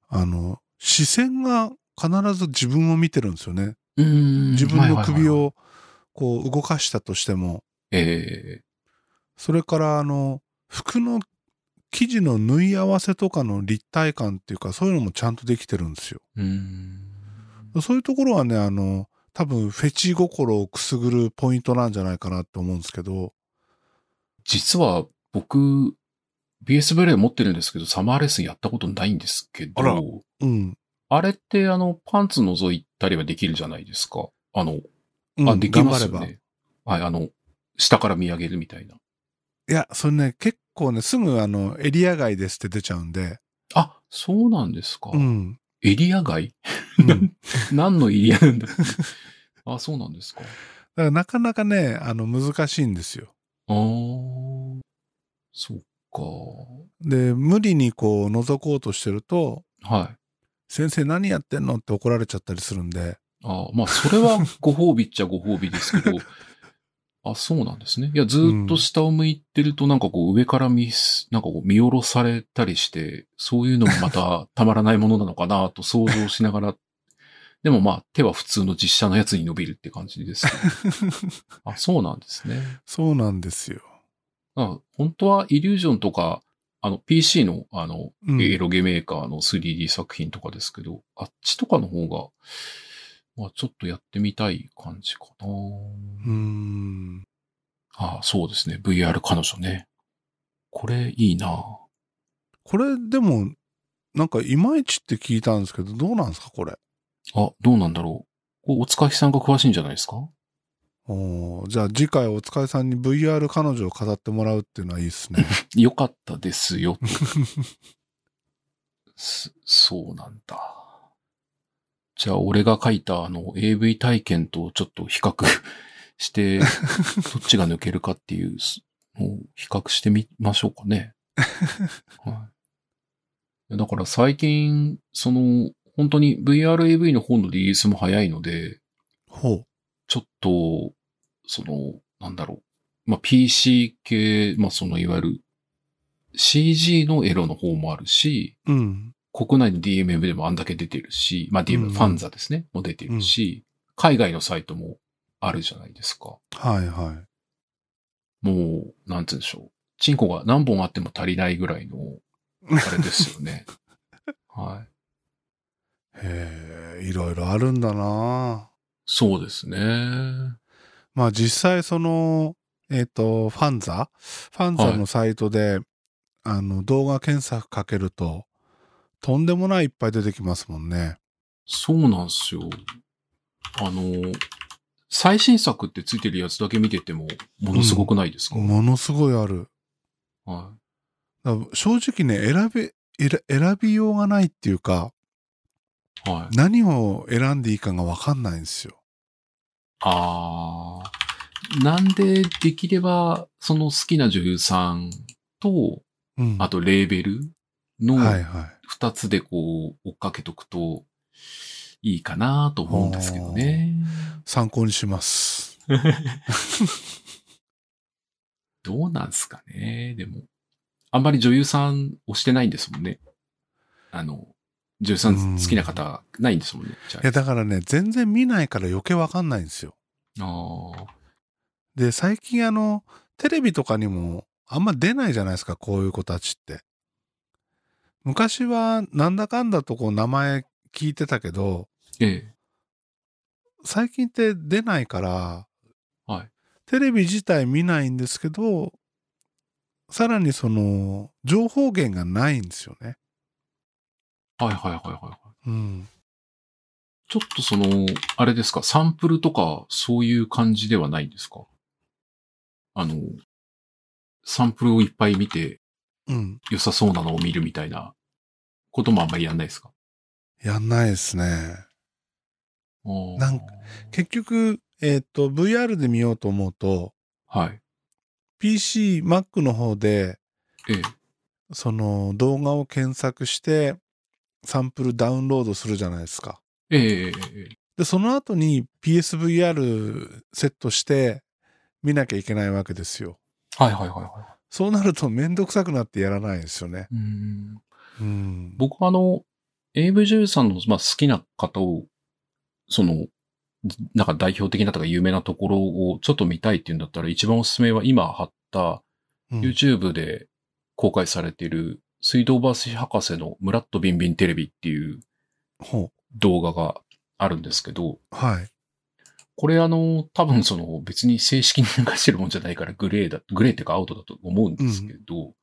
S2: あの、視線が必ず自分を見てるんですよね。
S3: うん
S2: 自分の首。
S3: はいはいはい
S2: をこう動かしたとしても、
S3: え
S2: それからあの、服の生地の縫い合わせとかの立体感っていうか、そういうのもちゃんとできてるんですよ。
S3: えうん。
S2: そういうところはね、あの、多分フェチ心をくすぐるポイントなんじゃないかなって思うんですけど、
S3: 実は僕、BS ブレイ持ってるんですけど、サマーレッスンやったことないんですけ
S2: あら
S3: ど、
S2: うん。
S3: あれってあの、パンツ覗いたりはできるじゃないですか。あの、
S2: うん
S3: あ、できますよ
S2: 頑張れば。
S3: ね。はい、あの、下から見上げるみたいな。
S2: いや、それね、結構ね、すぐあの、エリア外ですって出ちゃうんで、
S3: あ、そうなんですか。
S2: うん。
S3: エリア 外
S2: うんだか
S3: 何のエリアなんだ あ、そうなんですか。
S2: らなかなかね、あの、難しいんですよ。
S3: ああ、そうか。
S2: で、無理にこう、覗こうとしてると、
S3: はい。
S2: 先生何やってんのって怒られちゃったりするんで、
S3: ああまあ、それはご褒美っちゃご褒美です けど、あ、そうなんですね。いや、ずーっと下を向いてると、なんかこう、上から見す、なんかこう、見下ろされたりして、そういうのもまたたまらないものなのかなと想像しながら、でもまあ、手は普通の実写のやつに伸びるって感じ ですけど。あ、そうなんですね。
S2: そうなんですよ。
S3: あ本当はイリュージョンとか、あの PC のあの、
S2: うん
S3: エロゲメーカーの 3D 作品とかですけど、あっちとかの方が、まあちょっとやってみたい感じかな。
S2: うーん。
S3: ああそうですね。VR 彼女ね。これいいな
S2: これでも、なんかいまいちって聞いたんですけど、どうなんですかこれ。
S3: あ、どうなんだろう。これ、おつかひさんが詳しいんじゃないですか
S2: おーじゃあ次回お疲れさんに VR 彼女を飾ってもらうっていうのはいいですね。
S3: よかったですよ。すそうなんだ。じゃあ、俺が書いたあの AV 体験とちょっと比較して、どっちが抜けるかっていうすのを比較してみましょうかね。はい、だから最近、その、本当に VRAV の方のリリースも早いので、
S2: ほ
S3: ちょっと、その、なんだろう。まあ、PC 系、まあ、その、いわゆる CG のエロの方もあるし、
S2: う。うん。
S3: 国内の DMM でもあんだけ出てるし、まあ、
S2: うん
S3: DM、ファンザですね、も出てるし、海外のサイトもあるじゃないですか。
S2: はいはい。
S3: もう、なんつうんでしょう。チンコが何本あっても足りないぐらいの、あれです よね。はい。
S2: へえ、いろいろあるんだな
S3: そうですね。
S2: まあ実際その、えっ、と、ファンザファンザのサイトで、あの、動画検索かけると、とんでもないいっぱい出てきますもんね。
S3: そうなんですよ。あの、最新作ってついてるやつだけ見てても、ものすごくないですか、
S2: ものすごいある。
S3: は
S2: だから正直ね、選び、選選びようがないっていうか、
S3: い。はい。
S2: 何を選んでいいかがわかんないんですよ。
S3: あーなんで、できれば、その好きな女優さんと、
S2: うん。
S3: あとレーベルの
S2: はいはい。
S3: 二つでこう、追っかけとくと、いいかなと思うんですけどね。
S2: 参考にします。
S3: どうなんすかね、でも。あんまり女優さんをしてないんですもんね。あの、女優さ
S2: うん
S3: ん好きな方ないんですもんね。じゃ
S2: いや、だからね、全然見ないから余計わかんないんですよ。
S3: あ。あ
S2: で、最近あの、テレビとかにもあんま出ないじゃないですか、こういう子たちって。昔はなんだかんだとこう名前聞いてたけど、
S3: ーえ
S2: 最近って出ないから、
S3: はい
S2: テレビ自体見ないんですけどさらにその情報源がないんですよね。
S3: え。はいはいはいはいはい。
S2: うん、
S3: ちょっとその、あれですか、サンプルとか、そういう感じではないんですかあの、サンプルをいっぱい見て、
S2: うん、
S3: 良さそうなのを見るみたいなこともあんまりやんないですか
S2: やんないですね。
S3: あー
S2: なん結局、えっと VR で見ようと思うと
S3: はい。
S2: PC、Mac の方で
S3: ええ。
S2: その動画を検索してサンプルダウンロードするじゃないですか。
S3: ええええええ。
S2: でその後に PSVR セットして見なきゃいけないわけですよ。
S3: はいはいはいはい。
S2: そうなるとめんどくさくなってやらないですよね。
S3: うん
S2: うん。
S3: 僕はあの、AV 女優さんの、まあ、好きな方を、その、なんか代表的なとか有名なところをちょっと見たいっていうんだったら、一番おすすめは今貼った
S2: うん
S3: YouTube で公開されている水道橋博士のムラッとビンビンテレビっていう
S2: ほ
S3: 動画があるんですけど、
S2: う。はい。
S3: これあの、多分その別に正式に流してるもんじゃないからグレーだ、グレーっていうかアウトだと思うんですけど、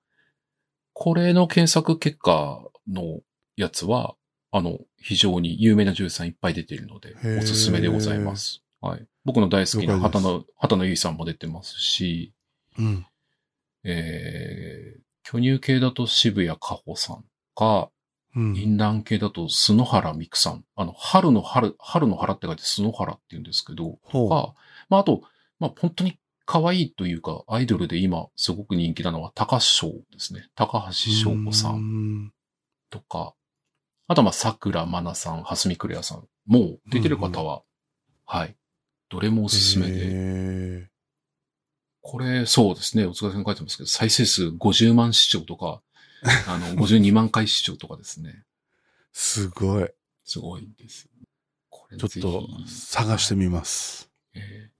S3: これの検索結果のやつは、あの、非常に有名な女優さんいっぱい出ているので
S2: へー、
S3: おすすめでございます。はい。僕の大好きな
S2: 了解です
S3: 畑野、畑野ゆいさんも出てますし、
S2: うん。
S3: えー、巨乳系だと渋谷加穂さんか、
S2: う
S3: イ
S2: ん。
S3: ンラン系だと篠原美久さん。あの、春の春、春の原って書いて篠原って言うんですけど、
S2: ほ
S3: か、まあ、あと、まあ、本当に可愛いというか、アイドルで今すごく人気なのは高翔ですね。高橋翔子さん
S2: ん。
S3: とか、あとはまあ、桜まなさん、蓮見クレアさん、もう出てる方は、はい。どれもお
S2: お
S3: すすめで、これ、そうですね。お疲れさんに書いてますけど、再生数50万視聴とか、あの、52万回視聴とかですね。
S2: すごい。
S3: すごいですよ。これ
S2: ちょっと探して
S3: み、
S2: みます。
S3: えー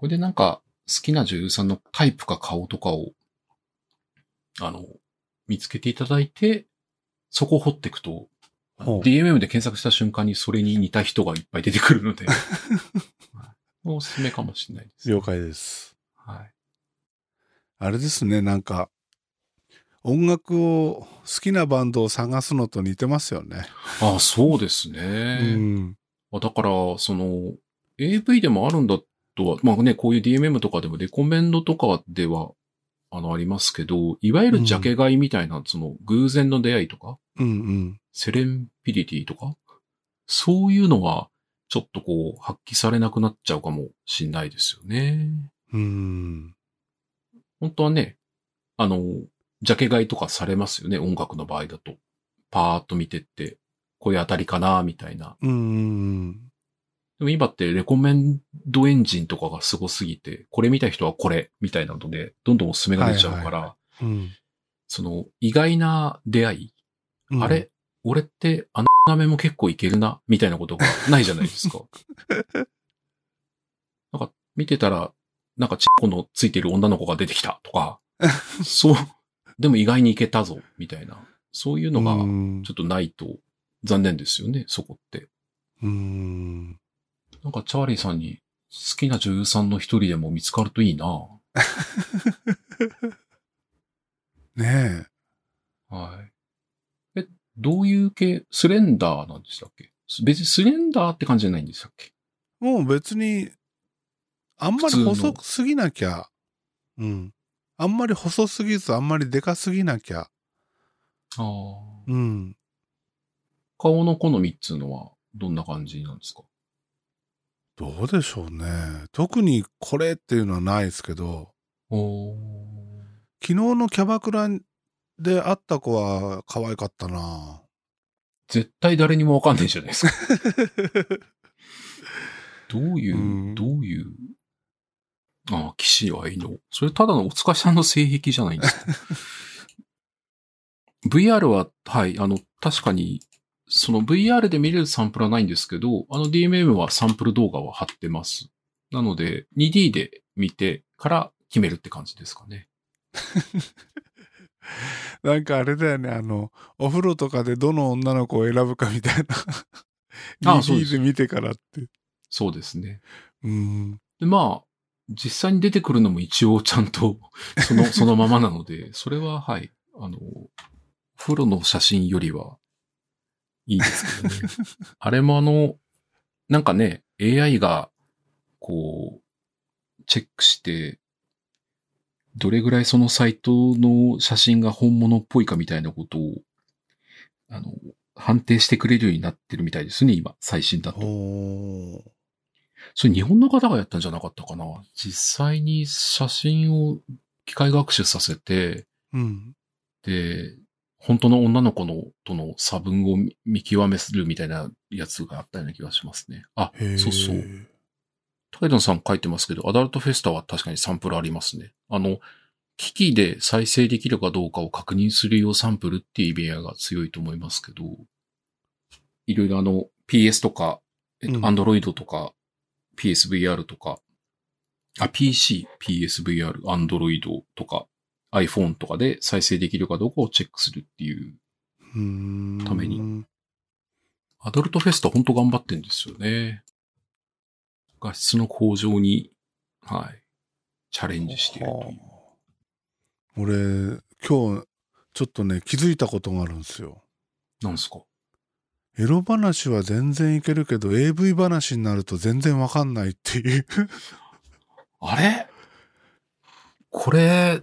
S3: これでなんか、好きな女優さんのタイプか顔とかを、あの、見つけていただいて、そこを掘っていくと、
S2: ほう
S3: DMM で検索した瞬間にそれに似た人がいっぱい出てく るので、はいおすすめかもしれないです。
S2: 了解です。
S3: はい。
S2: あれですね、なんか、音楽を、好きなバンドを探すのと似てますよね。
S3: ああ、そうですね。
S2: うん。
S3: まあだから、その、AV でもあるんだとは、まあね、こういう DMM とかでもレコメンドとかでは、あの、ありますけど、いわゆるジャケ買いみたいな、その、偶然の出会いとか、
S2: うんうん。
S3: セレンピリティとか、そういうのは、ちょっとこう、発揮されなくなっちゃうかもしんないですよね。
S2: うん。
S3: 本当はね、あの、ジャケ買いとかされますよね、音楽の場合だと。パーッと見てって、こういう当たりかな、みたいな。
S2: うんうん
S3: でも今ってレコメンドエンジンとかがすごすぎて、これ見た人はこれ、みたいなので、どんどんおすすめが出ちゃうから、
S2: はいはいうん。うん
S3: その意外な出会い、
S2: うん
S3: あれ俺ってあのなめも結構いけるな、みたいなことがないじゃないで すか。なんか見てたら、なんかチンコのついてる女の子が出てきたとか、そう、でも意外にいけたぞ、みたいな。そういうのが
S2: うん
S3: ちょっとないと残念ですよね、そこって。
S2: うん。
S3: なんかチャーリーさんに好きな女優さんの一人でも見つかるといいな。
S2: ね
S3: はい。え、どういう系スレンダーなんでしたっけす別にスレンダーって感じじゃないんでしたっけ
S2: え。もう別に、あんまり細すぎなきゃ、うん。あんまり細すぎず、あんまりでかすぎなきゃ、
S3: ああ。
S2: うん。
S3: 顔の好みっつうのはどんな感じなんですか
S2: どうでしょうね。特にこれっていうのはないですけど、
S3: おー。
S2: 昨日のキャバクラで会った子は可愛かったな
S3: 絶対誰にもわかんないじゃない ですか。どういう、
S2: うん
S3: どういう。ああ、騎士はいいの。それただのお疲れさんの性癖じゃないんです か。VR は、はい、あの、確かに、その VR で見れるサンプルはないんですけど、あの DMM はサンプル動画は貼ってます。なので、2D で見てから決めるって感じですかね。
S2: なんかあれだよね、あの、お風呂とかでどの女の子を選ぶかみたい な。
S3: あそうで
S2: 2D
S3: す
S2: で見てからって。
S3: そうですね。
S2: うん。
S3: で、まあ、実際に出てくるのも一応ちゃんと、その、そのままなので、それは、はい、あの、お風呂の写真よりは、いいですけどね。あれもあの、なんかね、AI が、こう、チェックして、どれぐらいそのサイトの写真が本物っぽいかみたいなことを、あの、判定してくれるようになってるみたいですね、今、最新だと。
S2: お
S3: それ日本の方がやったんじゃなかったかな実際に写真を機械学習させて、
S2: うん。
S3: で、本当の女の子のとの差分を見見極めするみたいなやつがあったような気がしますね。あ
S2: へ、ー
S3: そうそう。。タイドンさん書いてますけど、アダルトフェスタは確かにサンプルありますね。あの、機器で再生できるかどうかを確認するようサンプルっていう意味合いが強いと思いますけど、いろいろあの、PS とか、えっ
S2: うん
S3: と、アンドロイドとか、PSVR とか、あ、PC、PSVR、アンドロイドとか、iPhone とかで再生できるかどうかをチェックするっていう、
S2: うーん。
S3: ために。アダルトフェスタ本当頑張ってんですよね。画質の向上に、はい、チャレンジしているという。
S2: 俺、今日、ちょっとね、気づいたことがあるんですよ。
S3: なんですか
S2: エロ話は全然いけるけど、AV 話になると全然わかんないっていう。
S3: あれこれ、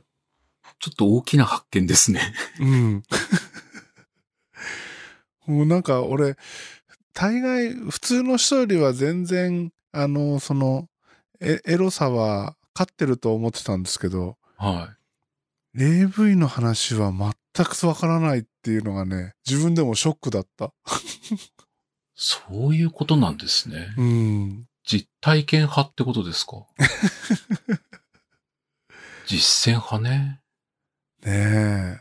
S3: ちょっと大きな発見ですね。
S2: うん。もうなん か俺、大概、普通の人よりは全然、あの、その、エエロさは勝ってると思ってたんですけど、
S3: は
S2: AV の話は全くわからないっていうのがね、自分でもショックだった。
S3: い。そういうことなんですね。
S2: うん。
S3: 実体験派ってことですか実践派ね。
S2: ね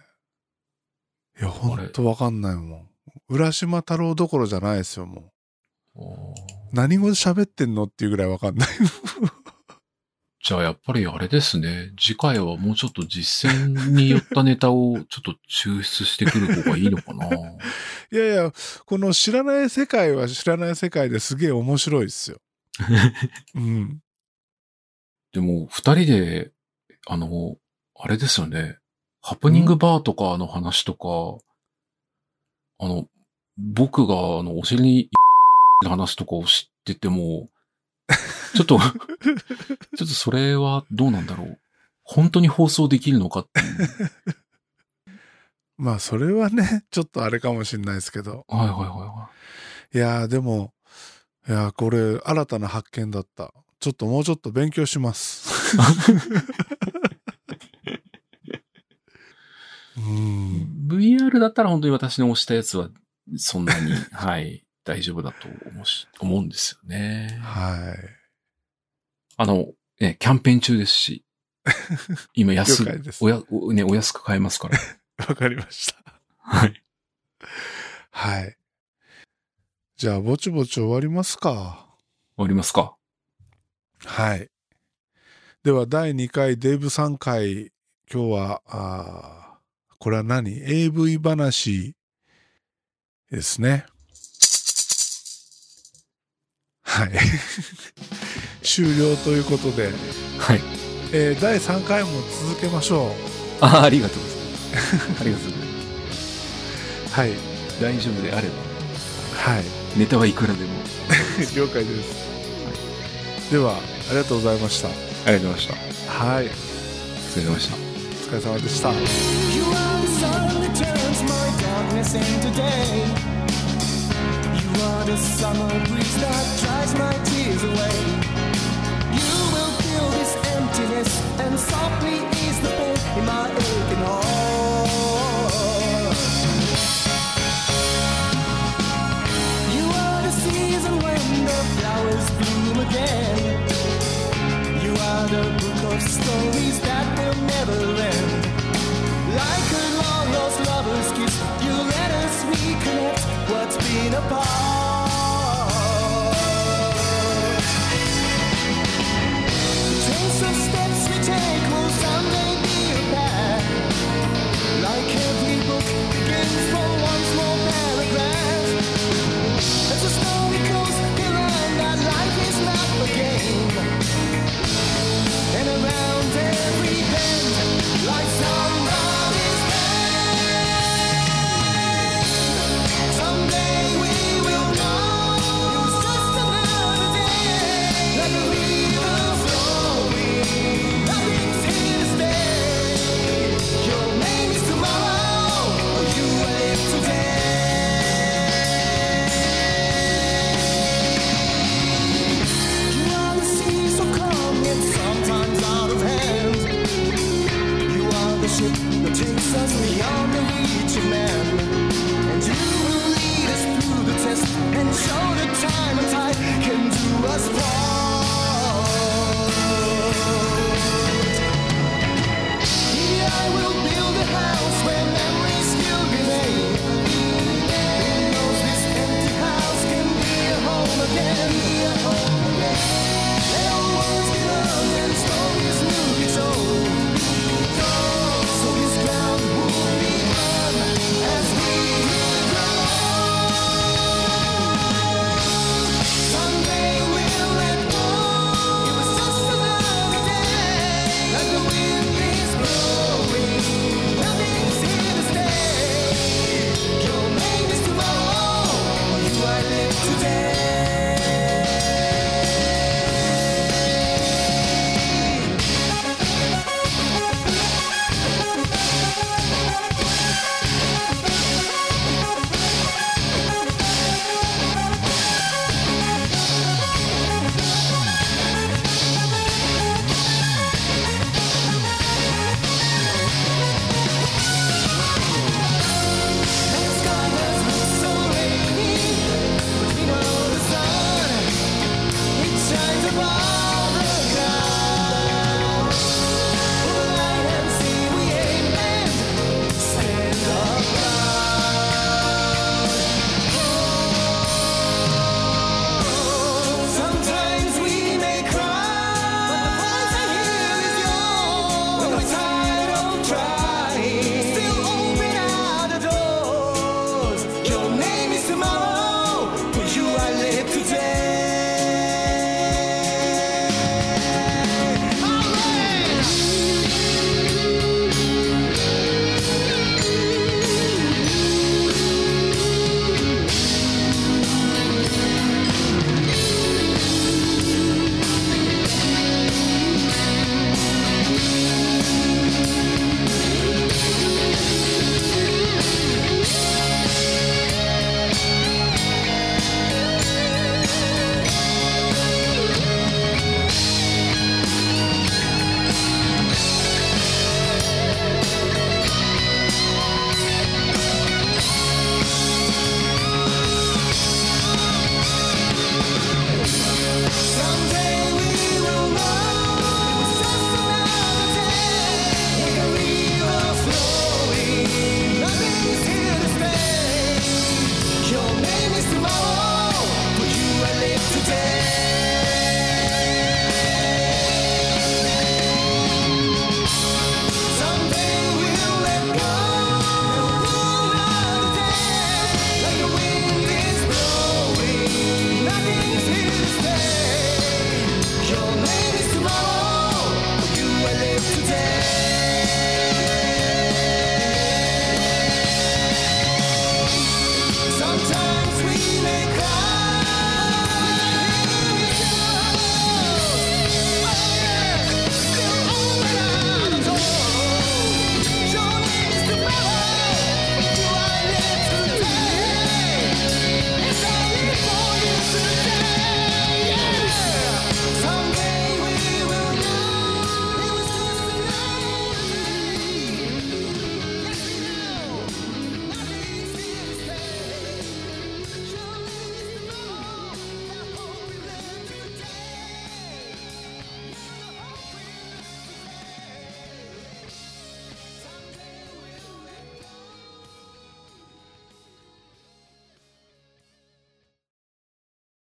S2: え。いや、ほ
S3: あれ
S2: んとわかんないもん。浦島太郎どころじゃないですよ、も
S3: お
S2: う。
S3: ー
S2: 何語で喋ってんのっていうぐらいわかんない。
S3: じゃあやっぱりあれですね。次回はもうちょっと実践によったネタをちょっと抽出してくる方がいいのかな。
S2: いやいや、この知らない世界は知らない世界ですげえ面白い ですよ。うん。
S3: でも、二人で、あの、あれですよね。ハプニングバーとかの話とか、あの、僕が、あの、お尻に の話とかを知ってても、ちょっと、ち ょっとそれはどうなんだろう。本当に放送できるのかっていう。
S2: まあ、それはね、ちょっとあれかもしれないですけど。
S3: はいはいはいはい
S2: やー、でも、いやー、これ、新たな発見だった。ちょっともうちょっと勉強します。う
S3: い
S2: ん。。
S3: VR だったら本当に私の押したやつは、そんな に、はい、大丈夫だと思うし思うんですよね。
S2: は
S3: あの、ね、キャンペーン中です し、今安
S2: 了解です
S3: おやおね、お安く買えますから。
S2: い。わかりました。
S3: はい。
S2: はい。じゃあ、ぼちぼち終わりますか。
S3: 終わりますか。
S2: はい。では、第2回、デーブ3回、今日は、あーこれは何 ?AV 話ですね。はい。 終了ということで、
S3: はい。
S2: えー第3回も続けましょ
S3: ああ、ありがとうございます。 ありがとうございま
S2: う。はい。
S3: す。大丈夫であれば、
S2: はい。
S3: ネタはいくらでも。
S2: 了解です。では、ありがとうございました。
S3: ありがとうございました。
S2: はい。
S3: 失礼しました。
S2: お疲れ様でした。
S1: You are the sun that turns my darkness into day. You are the summer breeze that dries my tears away. You will fill this emptiness and softly ease the pain in my aching heart. You are the season when the flowers bloom again. You are the book of stories that will never end. Like a long lost lover's kiss, you let us reconnect what's been apart. The trace of steps we take will someday be a path. Like every book begins from one small paragraph. As the story goes, we learn that life is not a game. And around every bend lies somebody's hand. Someday we will know it was just another day. Let the river flow. Nothing's here to stay. Your name is tomorrow, or you wait today. You are the sea so calm yet sometimes out of hand. You are the ship that takes us beyond